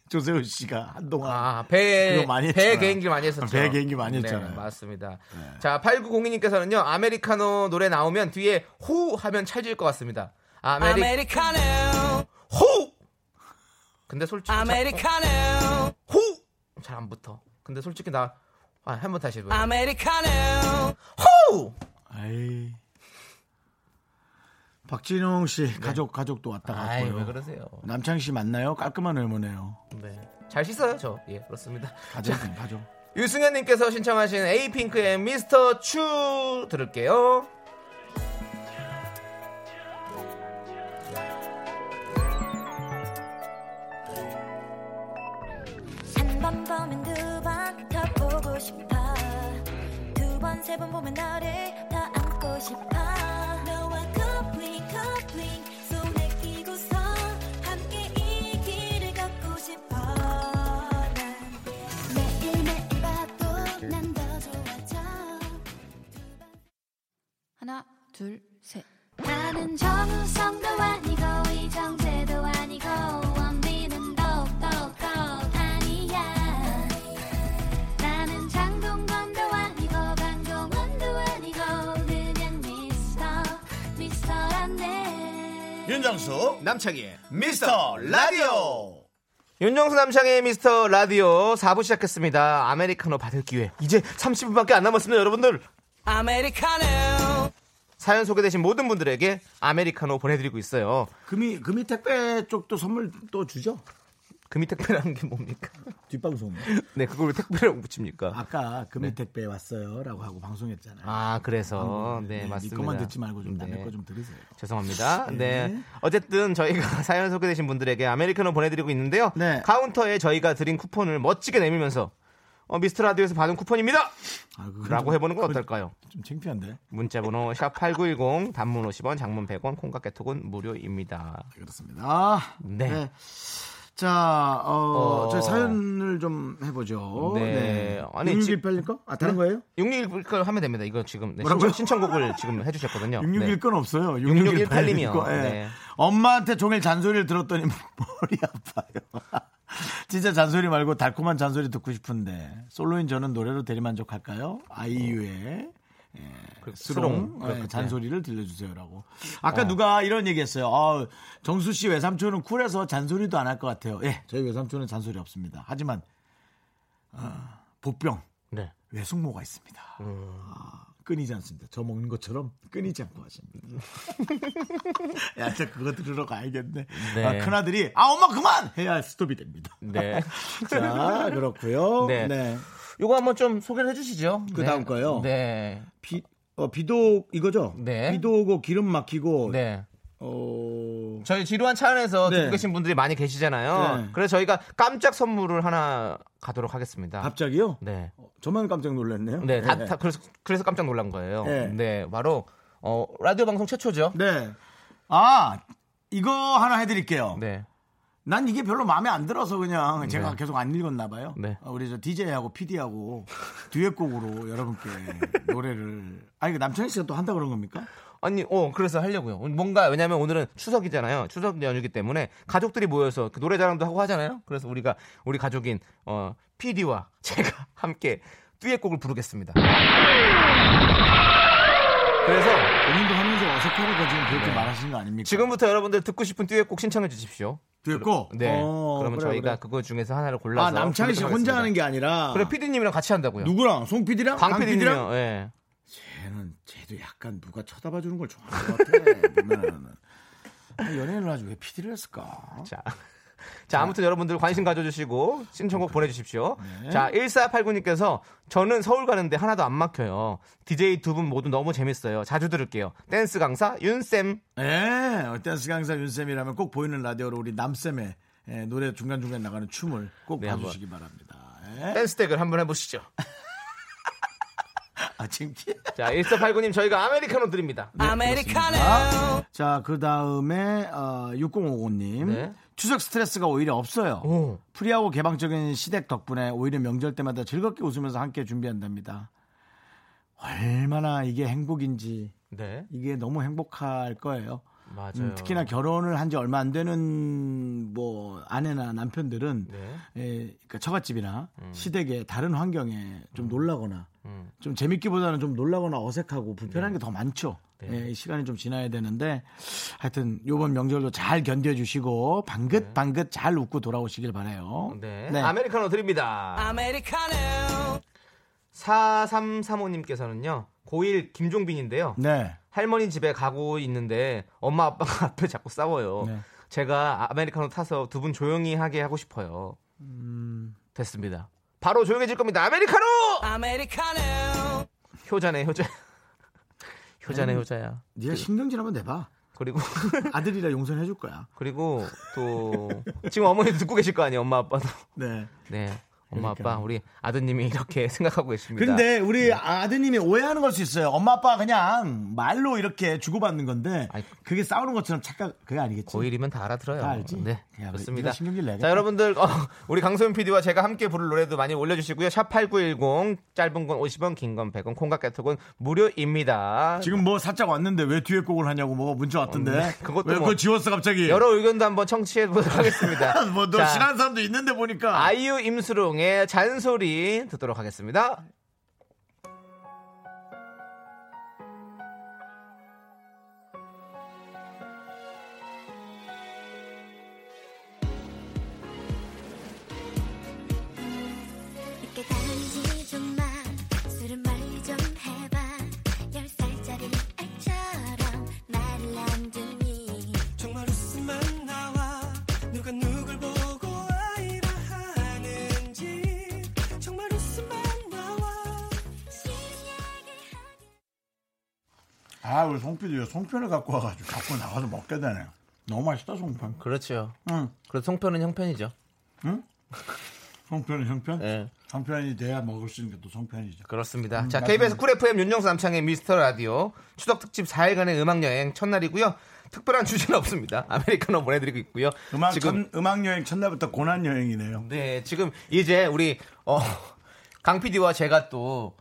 A: 조세호 씨가 한동안
B: 네. 아, 배,
A: 그거 많이
B: 배
A: 했잖아.
B: 개인기 많이 했었죠.
A: 배 개인기 많이
B: 네,
A: 했잖아요. 네.
B: 맞습니다. 자, 8902님께서는요, 아메리카노 노래 나오면 뒤에 호 하면 찰질 것 같습니다. 아메리,
G: 아메리카노
B: 호! 근데 솔직히. 자-
G: 아메리카노
B: 호! 잘 안 붙어. 근데 솔직히 나, 아, 한 번 다시 해봐요.
G: 아메리카노
B: 호!
A: 아이. 박진웅 씨 가족 가족도 왔다
B: 네. 아이, 왜
A: 갔고요.
B: 그러세요?
A: 남창 씨 맞나요? 깔끔한 외모네요.
B: 네. 잘 씻어요, 저. 예, 그렇습니다.
A: 가족
B: 네.
A: 가족.
B: 유승현님께서 신청하신 에이핑크의 미스터 추 들을게요.
C: 밤보면 두 번 더 보고 싶어 두 번 세 번 보면 너를 더 안고 싶어 너와 coupling coupling 손에 끼고서 함께 이 길을 걷고 싶어 난 매일매일 봐도 난 더 좋아져
H: 하나, 둘, 셋.
C: 나는 정우성도 아니고 이정재도 아니고 원빈은 더욱더 아니야 나는 장동건도 아니고 강동원도 아니고 그냥 미스터 미스터란데
I: 윤정수 남창희의 미스터 라디오
B: 윤정수 남창의 미스터 라디오 4부 시작했습니다. 아메리카노 받을 기회. 이제 30분밖에 안 남았습니다, 여러분들.
G: 아메리카노
B: 사연 소개되신 모든 분들에게 아메리카노 보내드리고 있어요.
A: 금이 금이 택배 쪽도 선물 또 주죠?
B: 금이 택배라는 그 게 뭡니까?
A: 뒷방송
B: (laughs) 네, 그걸 왜 택배라고 붙입니까?
A: 아까
B: 네.
A: 금이 택배 왔어요라고 하고 방송했잖아요.
B: 아, 그래서.
A: 네,
B: 네,
A: 네
B: 맞습니다.
A: 것만 듣지 말고 좀 남의
B: 네.
A: 거 좀 들으세요.
B: 죄송합니다.
A: 네.
B: 네. 어쨌든 저희가 (laughs) 사연 소개되신 분들에게 아메리카노 보내드리고 있는데요.
A: 네.
B: 카운터에 저희가 드린 쿠폰을 멋지게 내밀면서 어, 미스터 라디오에서 받은 쿠폰입니다!
A: 아, 그건
B: 라고
A: 좀-
B: 해보는 건
A: 그건
B: 어떨까요?
A: 좀 창피한데. 네,
B: 문자번호 샵8910 단문 50원 장문 100원 콩깍개톡은 무료입니다.
A: 그렇습니다.
B: 네.
A: 자, 어,
B: 어.
A: 저희 사연을 좀 해보죠.
B: 네. 아니,
A: 아니,
B: 지- 네.
A: 6618님 거? 아, 다른 거예요?
B: 661걸 하면 됩니다. 이거 지금 네,
A: 뭐라고요?
B: 신청, 곡을 지금 해주셨거든요. 네,
A: 661 건 없어요.
B: 6618 님이요.
A: 6618 거. 예.
B: 네.
A: 엄마한테 종일 잔소리를 들었더니 (laughs) 머리 아파요. (laughs) 진짜 잔소리 말고 달콤한 잔소리 듣고 싶은데 솔로인 저는 노래로 대리만족할까요? 아이유의
B: 그
A: 수롱 어.
B: 그렇군요.
A: 예, 잔소리를 들려주세요라고. 아까 누가 이런 얘기했어요. 어, 정수 씨 외삼촌은 쿨해서 잔소리도 안 할 것 같아요. 예, 저희 외삼촌은 잔소리 없습니다. 하지만 어, 보병
B: 네. 어.
A: 외숙모가 있습니다. 아, 끊이지 않습니다. 저 먹는 것처럼 끊이지 않고 (laughs) 하십니다. 야, 저 그거 들으러 가야겠네.
B: 네.
A: 아, 큰아들이, 아, 엄마 그만! 해야 스톱이 됩니다.
B: 네.
A: 자, 그렇고요
B: 네.
A: 네.
B: (laughs) 요거 한번 좀 소개를 해주시죠.
A: 그
B: 네.
A: 다음 거요?
B: 네.
A: 비, 어, 비도, 이거죠?
B: 네.
A: 비도 오고 기름 막히고,
B: 네.
A: 어,
B: 저희 지루한 차 안에서
A: 네.
B: 듣고 계신 분들이 많이 계시잖아요.
A: 네.
B: 그래서 저희가 깜짝 선물을 하나 가도록 하겠습니다.
A: 갑자기요?
B: 네.
A: 어, 저만 깜짝 아. 놀랐네요.
B: 네. 다, 다 그래서, 그래서 깜짝 놀란 거예요.
A: 네.
B: 네. 바로 어, 라디오 방송 최초죠.
A: 네. 아, 이거 하나 해드릴게요.
B: 네.
A: 난 이게 별로 마음에 안 들어서 그냥 제가
B: 네.
A: 계속 안 읽었나 봐요.
B: 네.
A: 어, 우리 저 DJ하고 PD하고 듀엣곡으로 여러분께 노래를 아니 그 남창희 씨가 또 한다 그런 겁니까?
B: 아니, 어, 그래서 하려고요. 뭔가, 왜냐면 오늘은 추석이잖아요. 추석 연휴기 때문에 가족들이 모여서 그 노래 자랑도 하고 하잖아요. 그래서 우리가, 우리 가족인, 어, PD와 제가 (laughs) 함께 듀엣곡을 부르겠습니다. 그래서
A: 본인도 하면서 어색하니까 지금 그렇게 말하시는 거 아닙니까?
B: 네. 지금부터 여러분들 듣고 싶은 듀엣곡 신청해 주십시오.
A: 듀엣곡.
B: 네.
A: 어,
B: 그러면
A: 그래,
B: 저희가
A: 그래.
B: 그거 중에서 하나를 골라서.
A: 아 남창희 씨 혼자 하는 게 아니라
B: 그래, PD님이랑 같이 한다고요.
A: 누구랑 송 PD랑
B: 강 PD님이요. 예.
A: 걔는 쟤도 약간 누가 쳐다봐 주는 걸 좋아하는 것 같아.
B: (laughs)
A: 보면은 아, 연예인을 아주 왜 PD를 했을까?
B: 자. (laughs) 자, 아무튼 여러분들 관심 가져주시고 신청곡 보내주십시오. 자, 1489님께서 저는 서울 가는데 하나도 안 막혀요. DJ 두 분 모두 너무 재밌어요. 자주 들을게요. 댄스 강사 윤쌤.
A: 예, 어, 댄스 강사 윤쌤이라면 꼭 보이는 라디오로 우리 남쌤의 예, 노래 중간중간 나가는 춤을 꼭
B: 네,
A: 봐주시기 바랍니다. 예.
B: 댄스 댁을 한번 해보시죠.
A: 아, 창피
B: 자, 1489님 저희가 아메리카노 드립니다.
G: 아메리카노
A: 자, 그 다음에 어, 6055님.
B: 네.
A: 추석 스트레스가 오히려 없어요.
B: 오.
A: 프리하고 개방적인 시댁 덕분에 오히려 명절 때마다 즐겁게 웃으면서 함께 준비한답니다. 얼마나 이게 행복인지
B: 네,
A: 이게 너무 행복할 거예요.
B: 맞아요.
A: 음, 특히나 결혼을 한 지 얼마 안 되는 뭐 아내나 남편들은
B: 네.
A: 예, 그러니까 처갓집이나 시댁의 다른 환경에 좀 놀라거나
B: 음. 네.
A: 좀 재밌기보다는 좀 놀라거나 어색하고 불편한 게 더 많죠. 예, 이 시간이 좀 지나야 되는데 하여튼 요번 명절도 잘 견뎌주시고 방긋방긋 잘 웃고 돌아오시길 바라요.
B: 네. 아메리카노 드립니다.
G: 아메리카노
B: 4335님께서는요. 고1 김종빈인데요.
A: 네.
B: 할머니 집에 가고 있는데 엄마 아빠가 (laughs) 앞에 자꾸 싸워요.
A: 네.
B: 제가 아메리카노 타서 두 분 조용히 하게 하고 싶어요.
A: 음.
B: 됐습니다. 바로 조용해질 겁니다. 아메리카노!
G: 아메리카노
B: 효자네,
A: (laughs)
B: 효자. 효자네, 효자야.
A: 네가 신경질 한번 내봐.
B: 그리고 (laughs)
A: 아들이라 용서해줄 거야.
B: 그리고 또 지금 어머니 듣고 계실 거 아니에요, 엄마 아빠도.
A: 네.
B: 네. 엄마 아빠 우리 아드님이 이렇게 생각하고 계십니다.
A: 근데
B: 네.
A: 우리 아드님이 오해하는 걸 수 있어요. 엄마 아빠가 그냥 말로 이렇게 주고받는 건데
B: 아이.
A: 그게 싸우는 것처럼 착각 그게 아니겠지.
B: 고일이면 다 알아들어요.
A: 다 알지?
B: 네,
A: 야,
B: 그렇습니다.
A: 이거 신경질 내겠다.
B: 자, 여러분들 어, 우리 강소연 PD와 제가 함께 부를 노래도 많이 올려주시고요. 샵 #8910 짧은 건 50원, 긴 건 100원, 콩과 깨톡은 무료입니다.
A: 지금 뭐 살짝 왔는데 왜 뒤에 곡을 하냐고 뭐가 문자 왔던데.
B: 그것도
A: 왜
B: 뭐-
A: 그걸 지웠어 갑자기.
B: 여러 의견도 한번 청취해
A: (laughs)
B: 보도록 하겠습니다.
A: 아, 뭐너
B: 자,
A: 친한 사람도 있는데 보니까.
B: 아이유 임수롱의 잔소리 듣도록 하겠습니다.
C: 늦게 다니지 좀 마. 술은 멀리 좀 해봐. 열 살짜리 애처럼 말을 안 듣니.
G: 정말 웃음만 나와 누가 누굴 보고 아이라 하는지 정말 웃음만 나와
A: 아, 우리 송피디요. 송편을 갖고 와가지고 자꾸 나가서 먹게 되네요. 너무 맛있다 송편.
B: 그렇죠.
A: 응.
B: 그래도 송편은 형편이죠.
A: 송편은 형편.
B: 예.
A: 형편이 돼야 먹을 수 있는 게 또 송편이죠.
B: 그렇습니다.
A: 음,
B: 자, KBS 쿨 FM 윤정수 남창의 미스터 라디오 추석 특집 4일간의 음악 여행 첫날이고요. 특별한 (laughs) 주제는 없습니다. 아메리카노 보내드리고 있고요.
A: 음악
B: 지금
A: 전- 음악 여행 첫날부터 고난 여행이네요.
B: 네, 지금 이제 우리 어, (laughs) 강 PD와 제가 또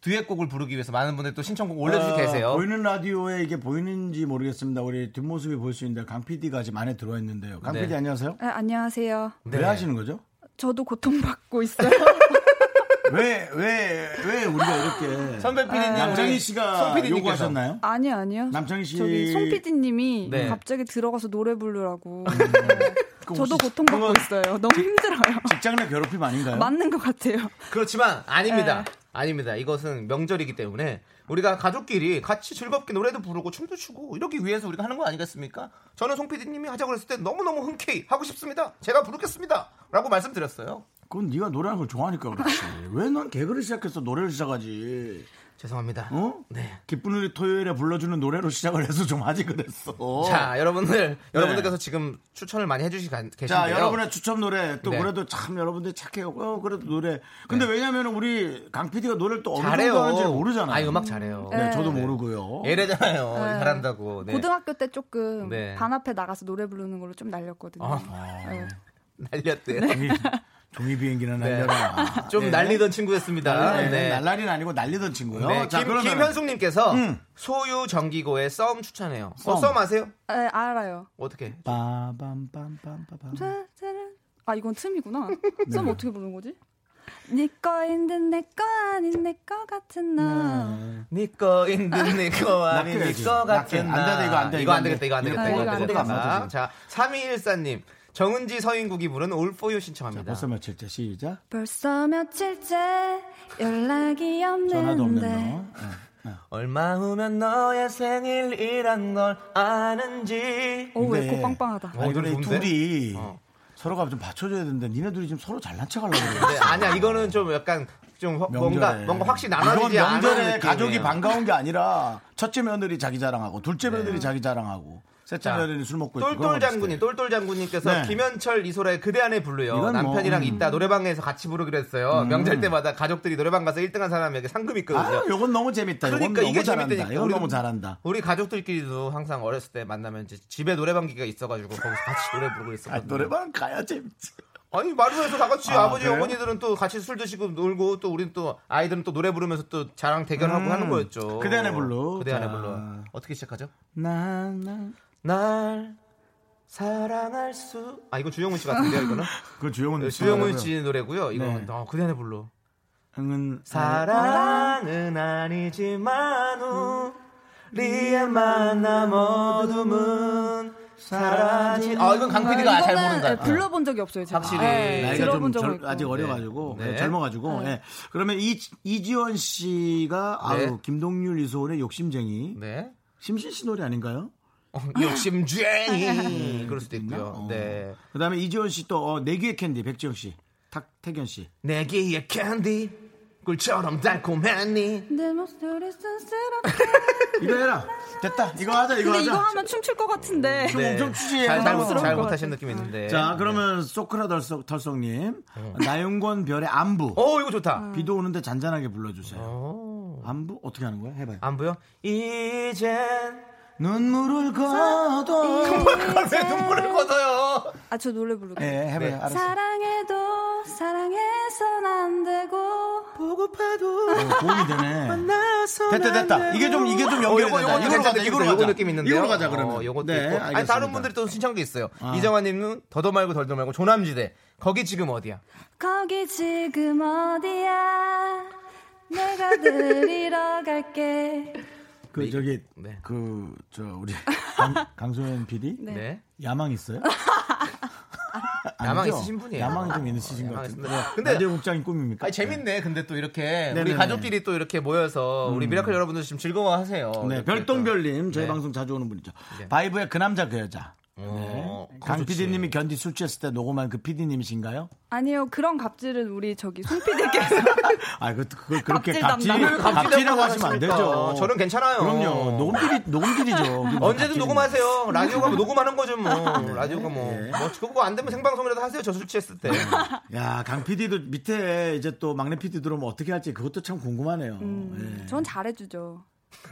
B: 듀엣곡을 부르기 위해서 많은 분들 또 신청곡 올려주시고
A: 어,
B: 계세요.
A: 보이는 라디오에 이게 보이는지 모르겠습니다. 우리 뒷모습이 보일 수 있는데 강 PD가 지금 안에 들어와 있는데요. 강
B: 네.
A: PD 안녕하세요.
H: 아, 안녕하세요.
B: 네.
A: 왜 하시는 거죠?
H: 저도 고통받고 있어요.
A: 왜 왜 왜 우리가 이렇게
B: 선배 PD님
A: 남창희 씨가 요구하셨나요?
H: 아니요, 아니요.
A: 남창희 씨-
H: 저기 송 PD님이
B: 네.
H: 갑자기 들어가서 노래 부르라고. (laughs) 네. 저도 고통받고 있어요. 너무 힘들어요.
A: 직장 내 괴롭힘 아닌가요?
H: 맞는 것 같아요.
B: 그렇지만 아닙니다.
A: 네.
B: 아닙니다. 이것은 명절이기 때문에 우리가 가족끼리 같이 즐겁게 노래도 부르고 춤도 추고 이러기 위해서 우리가 하는 거 아니겠습니까? 저는 송 PD님이 하자고 했을 때 너무너무 흔쾌히 하고 싶습니다. 제가 부르겠습니다. 라고 말씀드렸어요.
A: 그건 네가 노래하는 걸 좋아하니까 그렇지. 왜 넌 개그를 시작해서 노래를 시작하지?
B: 죄송합니다.
A: 어?
B: 네.
A: 기쁜 우리 토요일에 불러주는 노래로 시작을 해서 좀 하지 그랬어.
B: 자, 여러분들, 여러분들께서 지금 추천을 많이 해주시고 계신데요.
A: 네. 자, 여러분의 추천 노래 또
B: 네.
A: 그래도 참 여러분들이 착해요. 어, 그래도 노래. 근데 왜냐면 우리 강 PD가 노래를 또 어느
B: 잘해요.
A: 정도 하는지 모르잖아요.
B: 아, 음악 잘해요.
A: 네, 저도 모르고요.
B: 예래잖아요.
H: 네.
B: 잘한다고. 네.
H: 고등학교 때 조금
B: 네. 아,
H: 반 앞에 나가서 노래 부르는 걸로 좀 날렸거든요.
B: 어, (laughs)
H: 네.
B: 날렸대요.
A: 종이, 아, 종이 비행기는
B: 네.
A: 날려라.
B: (laughs) 좀
A: 네.
B: 날리던 친구였습니다.
A: 날라리는,
B: 네.
A: 날라리는 아니고 날리던 친구요.
B: 네,
A: 자,
B: 김,
A: 그러면
B: 김현숙님께서
A: 음.
B: 소유 정기고의 썸 추천해요.
A: 썸.
B: 썸, 어, 썸 아세요?
H: 네, 알아요.
B: 어떻게?
A: 빠밤빰빰빰빰.
H: 짜잔. 아
A: (laughs)
H: 이건 틈이구나. 썸 어떻게 부르는 거지? 네 거인데 내거 아닌 내 거 같은 나.
B: 네 거인데 (laughs) 내거 아닌 네
A: 낚여야지.
B: 내거 같은
A: 낚여. 안 돼, 이거 안 돼, 이거
B: 이거 안
A: 안 돼.
B: 되겠다. 이거 안 되겠다.
H: 이거
B: 이거
H: 안
B: 안
H: 돼.
B: 되겠다.
A: 맞아,
B: 자, 3214님. 정은지 서인국이 부른 올포유 신청합니다.
A: 벌써 며칠째 시작.
H: 벌써 며칠째 연락이
A: 전화도 없는
H: 없는데
A: 너. 네.
B: 얼마 후면 너의 생일이란 걸 아는지.
H: 오우
A: 근데-
H: 어, 에코 빵빵하다
B: 어,
A: 아니,
B: 이 노래
A: 근데 이
B: 좋은데?
A: 둘이
B: 어.
A: 서로가 좀 받쳐줘야 되는데 니네 둘이 지금 서로 잘난
B: (laughs)
A: 척하려고
B: 네,
A: 그래.
B: 아니야. 이거는 좀 약간 좀 허- 뭔가
A: 명절에.
B: 뭔가 확실히
A: 이건
B: 나눠지지 않은
A: 명절에
B: 느낌이에요.
A: 가족이 반가운 게 아니라 첫째 며느리 자기 자랑하고 둘째 며느리 자기 자랑하고 셋째
B: 네. 자,
A: 며느리 술 먹고 있고 그런
B: 똘똘
A: 거
B: 장군님,
A: 비슷해요.
B: 똘똘 장군님께서
A: 네.
B: 김현철 이소라의 그대 안에 불러요.
A: 이건 뭐,
B: 남편이랑
A: 음.
B: 이따 노래방에서 같이 부르기로 했어요. 명절 때마다 가족들이 노래방 가서 1등한 사람에게 상금 있거든요.
A: 아, 요건 너무 재밌다. 이건
B: 그러니까
A: 너무
B: 이게
A: 잘한다.
B: 재밌다니까.
A: 이건
B: 우리-
A: 너무 잘한다.
B: 우리 가족들끼리도 항상 어렸을 때 만나면 이제 집에 노래방 기가 있어가지고 거기서 같이 노래 부르고
A: 아,
B: 있었거든요.
A: 노래방 가야 재밌지.
B: 아니 마루에서 다 같이
A: 아,
B: 아, 버지
A: 그래요?
B: 어머니들은 또 같이 술 드시고 놀고 또 우린 또 아이들은 또 노래 부르면서 또 자랑 대결하고 하는 거였죠.
A: 음. 그대 안에 불러.
B: 그대 안에
A: 자.
B: 불러. 어떻게 시작하죠?
A: 나나
B: 날 사랑할 수. 아 이거 주영훈 씨
H: (laughs)
B: 같은데요 이거는.
A: 그
H: 네,
A: 주영훈
B: 네, 주영훈 씨 노래고요. 이거
A: 네.
B: 어, 그대 안에 불러.
A: 응은
B: 사랑은 아니지만 우리의 만남 어둠은 사라지. 아 이건 강 PD가 잘
H: 이거는,
B: 모른다. 아,
H: 네, 불러본 적이 없어요 제가
B: 확실히.
H: 네,
A: 나이가 좀
H: 들어본 적은
A: 젊-
H: 있고
A: 아직 어려가지고
B: 네. 네.
A: 젊어가지고 예. 그러면 이 이지원 씨가
B: 네.
A: 아우 김동률 이소울의 욕심쟁이
B: 네.
A: 심신 씨 노래 아닌가요?
B: 어,
H: (laughs)
B: 욕심쟁이 그럴 수도
A: 있나?
B: 있고요.
A: 어.
B: 네.
A: 그다음에 이지원 씨또 어, 내귀의 캔디 백지영 씨, 탁태견 씨.
B: 내 귀에 캔디 꿀처럼 달콤한 니
H: 내 목소리 쓸쓸하게
A: 이거 해라. 됐다. 이거 하자. (laughs) 이거 하자.
H: 근데
A: 네.
H: 이거 하면 춤출 것 같은데
A: 엄청 추지해.
B: 네. 잘, 잘, 못,
H: 부담스러울
B: 잘
H: 것
B: 못하신 느낌이 있는데.
A: 자, 그러면 소크라 덜썩, 털썩님. 나윤권 별의 안부.
B: 어, 이거 좋다.
A: 비도 오는데 잔잔하게 불러주세요.
B: 어.
A: 안부? 어떻게 하는 거야? 해봐요.
B: 안 보여? 이젠
A: 눈물을
H: 음.
A: 가도.
B: 그걸 (laughs) 왜 눈물을 걷어요?
H: 아 저 노래 부르고
A: 예, 해봐요.
B: 네.
A: 알았어.
H: 사랑해도 사랑해선 안 되고
B: 보고파도
A: 어, 도움이 되네.
B: 나서
A: 됐다, 됐다. 이게 좀, 이게 좀 연결이
B: 요거
A: 된다.
B: 요거
A: 이걸로 가자, 이걸로 가자.
B: 요거 느낌 있는데
A: 이걸로 가자, 그러면.
B: 어, 요것도
A: 네,
B: 있고. 아니
A: 알겠습니다. 아.
B: 다른 분들이 또 신청도 있어요. 이정환님은 더더 말고 덜더 말고 조남지대 거기 지금 어디야?
H: 거기 지금 어디야 내가 들이러 갈게
A: 그, 저기,
B: 네.
A: 그, 저, 우리
B: (laughs)
A: 강, 강소연 PD?
H: 네.
A: 야망 있어요? 아니죠?
B: 야망 있으신 분이에요. 어,
A: 야망이 좀 있으신 것
B: 야망
A: 같은데.
B: 있습니다.
A: 근데
B: 근데-
A: 라디오 국장이 꿈입니까?
B: 아니 재밌네. 근데 또 이렇게
A: 네네네. 음.
B: 우리 가족끼리 또 이렇게 모여서 우리 미라클 여러분들 지금 즐거워하세요.
A: 네,
B: 이렇게
A: 별똥별님 저희
B: 네.
A: 방송 자주 오는 분이죠. 바이브의 그 남자 그 여자.
B: 또. 어, 그거
A: 강
B: 좋지.
A: PD님이 견디 술 취했을 때 녹음한 그 PD님이신가요?
H: 아니요 그런 갑질은 우리 저기 송 (laughs) PD께서
A: 아, 그, 그걸 그렇게 갑질,
H: 갑질 담당.
A: 갑질이라고 하시면 안 되죠.
B: 어, 저는 괜찮아요.
A: 그럼요. 녹음질이, 녹음질이죠.
B: 언제든
A: 갑질이.
B: 녹음하세요. 라디오가 뭐 녹음하는 거죠 뭐. 라디오가 뭐.
A: (laughs) 네. 음.
B: 뭐 그거 안 되면 생방송이라도 하세요. 저 술 취했을 때.
A: 야, 강 PD도 밑에 이제 또 막내 PD 들어오면 어떻게 할지 그것도 참 궁금하네요.
B: 음.
A: 예.
H: 음, 전 잘해주죠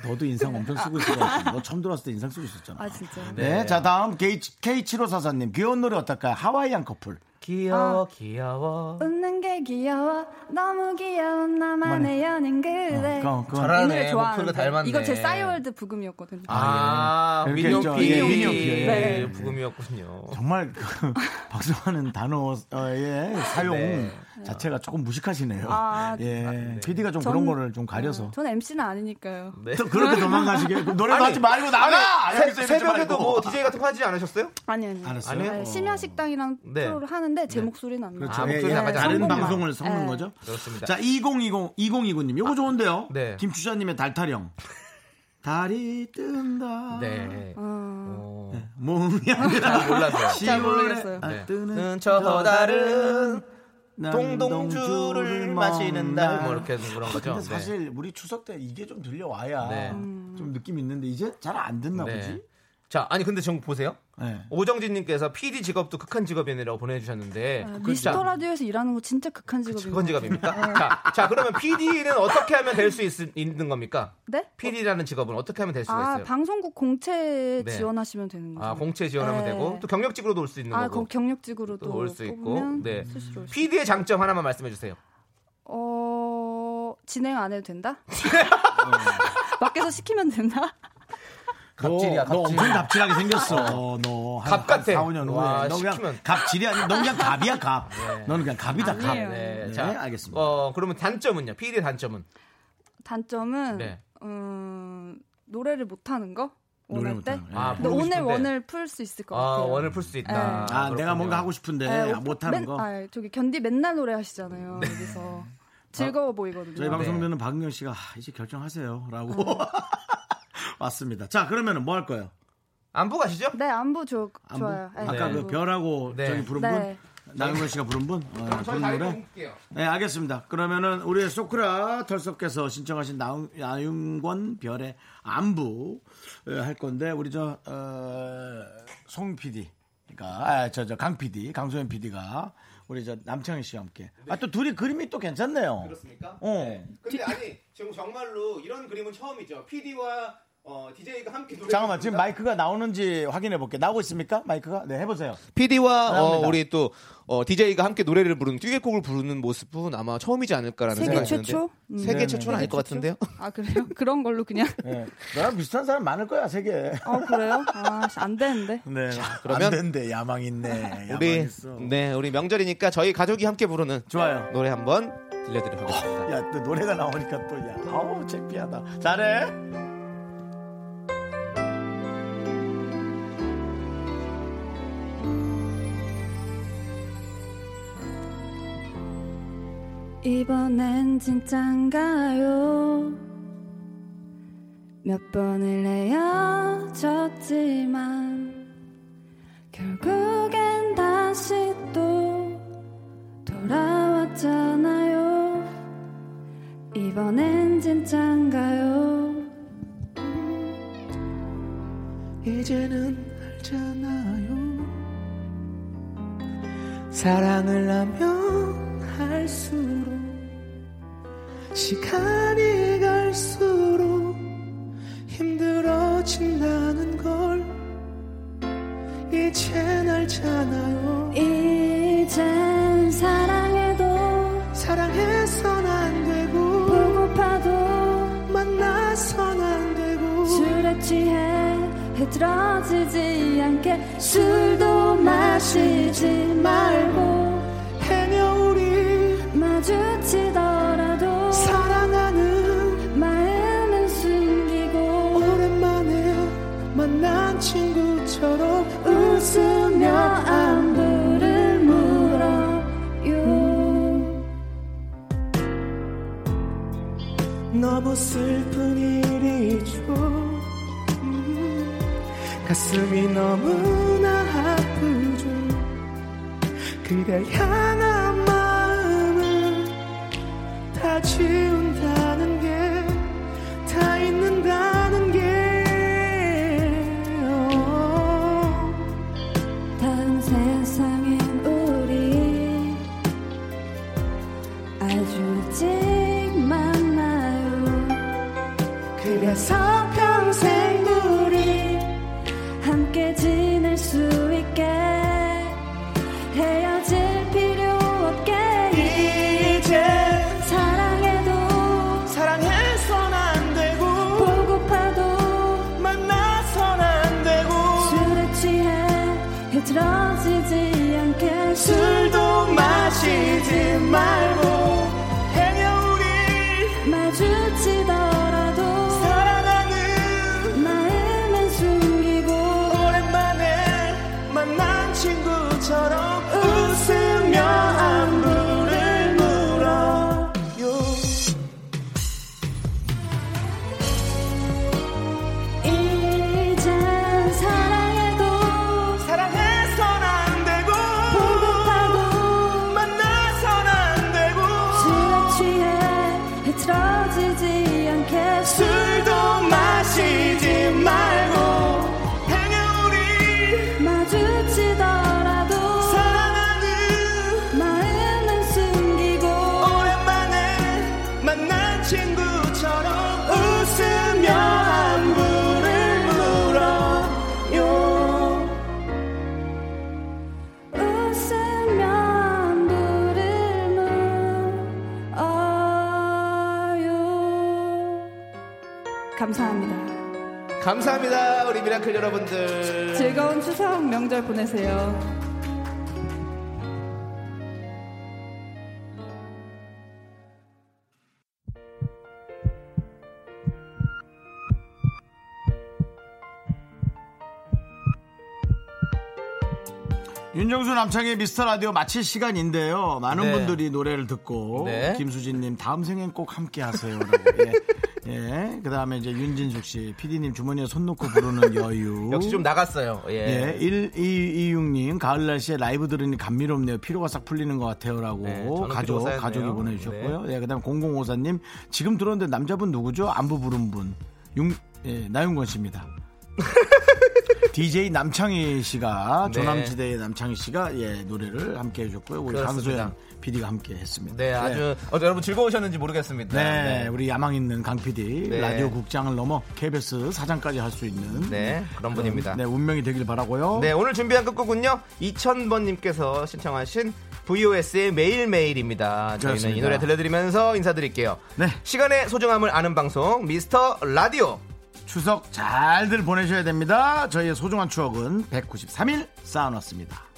A: 너도 인상 엄청 쓰고 있을 것 같아. 너 처음 들어왔을 때 인상 쓰고 있었잖아.
H: 아 진짜
A: 네. 자, 다음 K7544님. 귀여운 노래 어떨까요? 하와이안 커플.
B: (laughs) 귀여워 귀여워.
H: 웃는 게 귀여워 너무 귀여운 나만의 연인 그래
A: 어, 그거, 그거.
H: 이
B: 잘하네.
H: 노래
B: 목소리가
H: 좋아하는데
B: 닮았네.
H: 이건 제 싸이월드 부금이었거든요
B: 아,
A: 이렇게
B: 민영
A: 저-
B: 피
A: 예, 민영
B: 민영
A: 피.
B: 피
A: 네.
B: 부금이었군요.
A: 정말 그 (laughs) 박수하는 단어의 사용
B: 네.
A: 자체가 조금 무식하시네요.
H: 아,
A: 예, PD가 좀
H: 전-
A: 그런 거를 좀 가려서.
H: 전 MC는 아니니까요
B: 네.
A: 또 그렇게 도망가시게
B: (laughs)
A: 그럼 노래도
B: 아니,
A: 하지 말고 나가.
B: 아니,
A: 여기서
B: 새-
A: 이러지
B: 새벽에도
A: 말고.
B: 뭐 DJ 같은 거 하지 않으셨어요?
H: 아니 아니
A: (laughs) 알았어요.
B: 안 해요?
H: 네, 심야식당이란
B: 네.
H: 프로를 하는데 제 목소리는 안 나요
A: 그렇죠.
B: 아,
A: 예,
B: 목소리
A: 예.
B: 나가지
A: 다른
H: 않는구나.
A: 방송을 섞는
H: 예.
A: 거죠.
B: 그렇습니다.
A: 자, 2020 2029님. 요거 좋은데요.
B: 네.
A: 김추자님의 달타령. (laughs) 달이 뜬다.
B: 네.
H: 어,
B: 어,
A: 몸이 아니라
H: (laughs)
B: 몰라서요.
A: 10월에
H: 모르겠어요.
A: 아,
B: 네.
A: 뜨는
B: 저
A: 다른
B: 달은
A: 난
B: 동동주를
A: 동동주를
B: 마시는 날.
A: 먹나.
B: 뭐 이렇게 하는 그런 거죠.
A: 근데 사실 우리 추석 때 이게 좀 들려와야
B: 네.
H: 음.
A: 좀 느낌 있는데 이제 잘 안 듣나
B: 네.
A: 보지.
B: 자, 아니 근데 지금 보세요.
A: 네.
B: 오정진님께서 PD 직업도 극한 직업이라고 보내주셨는데
H: 아,
B: 자,
H: 미스터 라디오에서 일하는 거 진짜 극한 직업인
B: 극한
H: 아.
B: 직업입니까? 자, 자, 그러면 PD는 어떻게 하면 될 수 있는 겁니까?
H: 네?
B: PD라는 직업은 어떻게 하면 될 수가
H: 아
B: 있어요?
H: 방송국 공채
B: 네.
H: 지원하시면 되는 거죠
B: 아, 공채 지원하면
H: 네.
B: 되고 또 경력직으로도 올 수 있는
H: 아,
B: 거고.
H: 거 경력직으로도
B: 올 수 있고.
H: 뽑으면
B: 네.
H: 수시로 올수
B: PD의 장점 하나만 말씀해 주세요.
H: 어 진행 안 해도
B: (laughs)
H: 된다? 음. 밖에서 시키면 된다?
B: 갑질이야,
A: 너, 너
B: 갑질.
A: 엄청 갑질하게
B: (laughs)
A: 생겼어. 너한
B: 갑 같아.
A: 4, 5년
B: 와,
A: 후에 너 그냥
B: 시키면.
A: 갑질이 아니 넌 그냥 갑이야 갑. 너는 그냥 갑이다 갑.
H: 아니에요.
B: 네,
A: 네,
B: 자,
A: 알겠습니다.
B: 어, 그러면 단점은요? PD의 단점은?
H: 단점은
B: 네.
H: 음, 노래를 못하는 거
A: 노래
H: 원할 때.
A: 못하는. 거. 네.
B: 아,
H: 근데
B: 부르고
H: 오늘
B: 싶은데.
H: 원을 풀 수 있을 것
B: 아,
H: 같아요.
B: 원을 풀 수 있다.
H: 네.
A: 아,
B: 그렇군요.
A: 내가 뭔가 하고 싶은데
H: 네, 오빠
A: 못하는
H: 맨-
A: 거.
H: 아, 저기 견디 맨날 노래 하시잖아요.
B: 네.
H: 여기서 즐거워 보이거든요.
A: 저희 방송면은 박은경 씨가 아, 이제 결정하세요라고
H: 네.
A: (laughs) 왔습니다. 자 그러면은 뭐 할 거예요?
B: 안부 가시죠?
H: 네 안부 좋
A: 안부?
H: 좋아요. 네,
A: 아까 그
H: 안부.
A: 별하고
B: 네.
A: 저기 부른
H: 네.
A: 분 나윤건 씨가 부른 분 어,
B: 저희
A: 부른
B: 다리
A: 노래.
B: 뽑을게요.
A: 네 알겠습니다. 그러면은 우리 소크라 털섭께서 신청하신 나윤, 나윤권 별의 안부 예, 할 건데 우리 어, 저송 PD. 가 아, 저, 저, 강 PD, 강소연 PD가, 우리 저, 남창희 씨와 함께. 아, 또 둘이 그림이 또 괜찮네요.
B: 그렇습니까?
A: 어.
B: 근데 아니, 지금 정말로 이런 그림은 처음이죠. PD와 어, DJ가 함께 노래
A: 잠깐만 지금 마이크가 나오는지 확인해 볼게. 나오고 있습니까? 마이크가? 네, 해보세요.
B: PD와
A: 사랑합니다.
B: 우리 또 어, DJ가 함께 노래를 부르는 듀엣곡을 부르는 모습은 아마 처음이지 않을까라는
H: 세계
B: 생각이
H: 최초?
B: 드는데
H: 음.
B: 세계 최초는 아닐 것 같은데요.
H: 아 그래요? 그런
A: (laughs)
H: 걸로 그냥.
A: 네. 너랑 비슷한 사람 많을 거야 세계.
H: 아 그래요? 아안 되는데.
A: 네.
B: 그러면-
A: 안 된대 야망 있네. 야망
B: 우리
A: 있어.
B: 네 우리 명절이니까 저희 가족이 함께 부르는
A: 좋아요.
B: 노래 한번 들려드리도록 하겠습니다.
A: 야, 또 노래가 나오니까 또 야, 아우 창피하다. 잘해.
H: 이번엔 진짠가요? 몇 번을 헤어졌지만 결국엔 다시 또 돌아왔잖아요. 이번엔 진짠가요?
G: 이제는 알잖아요. 사랑을 하면 할수록 시간이 갈수록 힘들어진다는 걸 이젠 알잖아요.
H: 이젠 사랑해도
G: 사랑해선 안 되고
H: 배고파도
G: 만나선 안 되고
H: 술에 취해 흐트러지지 않게 술도 마시지 말고
G: 해녀 우리
H: 마주치더라도
G: 사랑하는
H: 마음은 숨기고
G: 오랜만에 만난 친구처럼
H: 웃으며
G: 웃으며
H: 안부를 물어요
G: 너무 슬픈 일이죠 음, 가슴이 너무나 아프죠 그댈 향한 마음을 다 지운다는 게 다 잊는다는 게 어,
H: 다른 세상엔 우리 아주 일찍 만나요
G: 그래서 평생 우리
H: 함께 지낼 수 있게 헤어질 필요 없게
G: 이제
H: 사랑해도
G: 사랑해선 안 되고
H: 보고파도
G: 만나선 안 되고
H: 술에 취해 흐트러지지 않게
G: 술도 마시지 말고 행여 우리
H: 마주치더라도
G: 사랑하는
H: 마음은 숨기고
G: 오랜만에 만난 친구처럼 웃으며 안부를 물어요
H: 이젠 사랑해도
G: 사랑해선 안 되고
H: 보고파도
G: 만나선 안 되고
H: 술에 취해 흐트러지지 않게
G: 술도 마시지 말고 행여 우리
H: 마주치더라도
G: 사랑하는
H: 마음은 숨기고
G: 오랜만에 만난
B: 어.
G: 친구처럼 웃으며 안부를 물어요
H: 웃으며 안부를 물어요 감사합니다
I: 감사합니다 우리 미라클 여러분들.
H: 즐거운 추석 명절 보내세요
A: 윤정수 남창의 미스터 라디오 마칠 시간인데요. 많은
I: 네.
A: 분들이 노래를 듣고
I: 네.
A: 김수진님 다음 생엔 꼭 함께 하세요라고. (laughs) 예. 예. 그다음에 이제 윤진숙 씨, PD님 주머니에 손 넣고 부르는 여유.
B: (laughs) 역시 좀 나갔어요.
A: 예,
B: 예.
A: 1226님 가을 날씨에 라이브 들으니 감미롭네요. 피로가 싹 풀리는 것 같아요라고
B: 네, 저는
A: 가족
B: 피로가 쌓였네요.
A: 가족이 보내주셨고요. 예, 그다음 0054님 지금 들었는데 남자분 누구죠? 안부 부른 분 융, 예, 나윤건
B: (laughs)
A: 씨입니다. DJ 남창희 씨가
B: 네.
A: 조남지대의 남창희 씨가 예 노래를 함께 해줬고요. 우리
B: 그렇습니다.
A: 강소연 PD가 함께 했습니다. 예.
B: 네, 아주 어, 여러분 즐거우셨는지 모르겠습니다.
A: 네, 우리 야망 있는 강 PD
B: 네.
A: 라디오 국장을 넘어 KBS 사장까지 할 수 있는
B: 네, 그런 분입니다.
A: 네, 운명이 되길 바라고요.
B: 네, 오늘 준비한 끝곡은요. 2000번님께서 신청하신 VOS의 매일매일입니다. 저희는
A: 그렇습니다.
B: 이 노래 들려드리면서 인사드릴게요.
A: 네.
B: 시간의 소중함을 아는 방송, 미스터 라디오.
A: 추석 잘들 보내셔야 됩니다. 저희의 소중한 추억은 193일 쌓아놨습니다.
G: 음,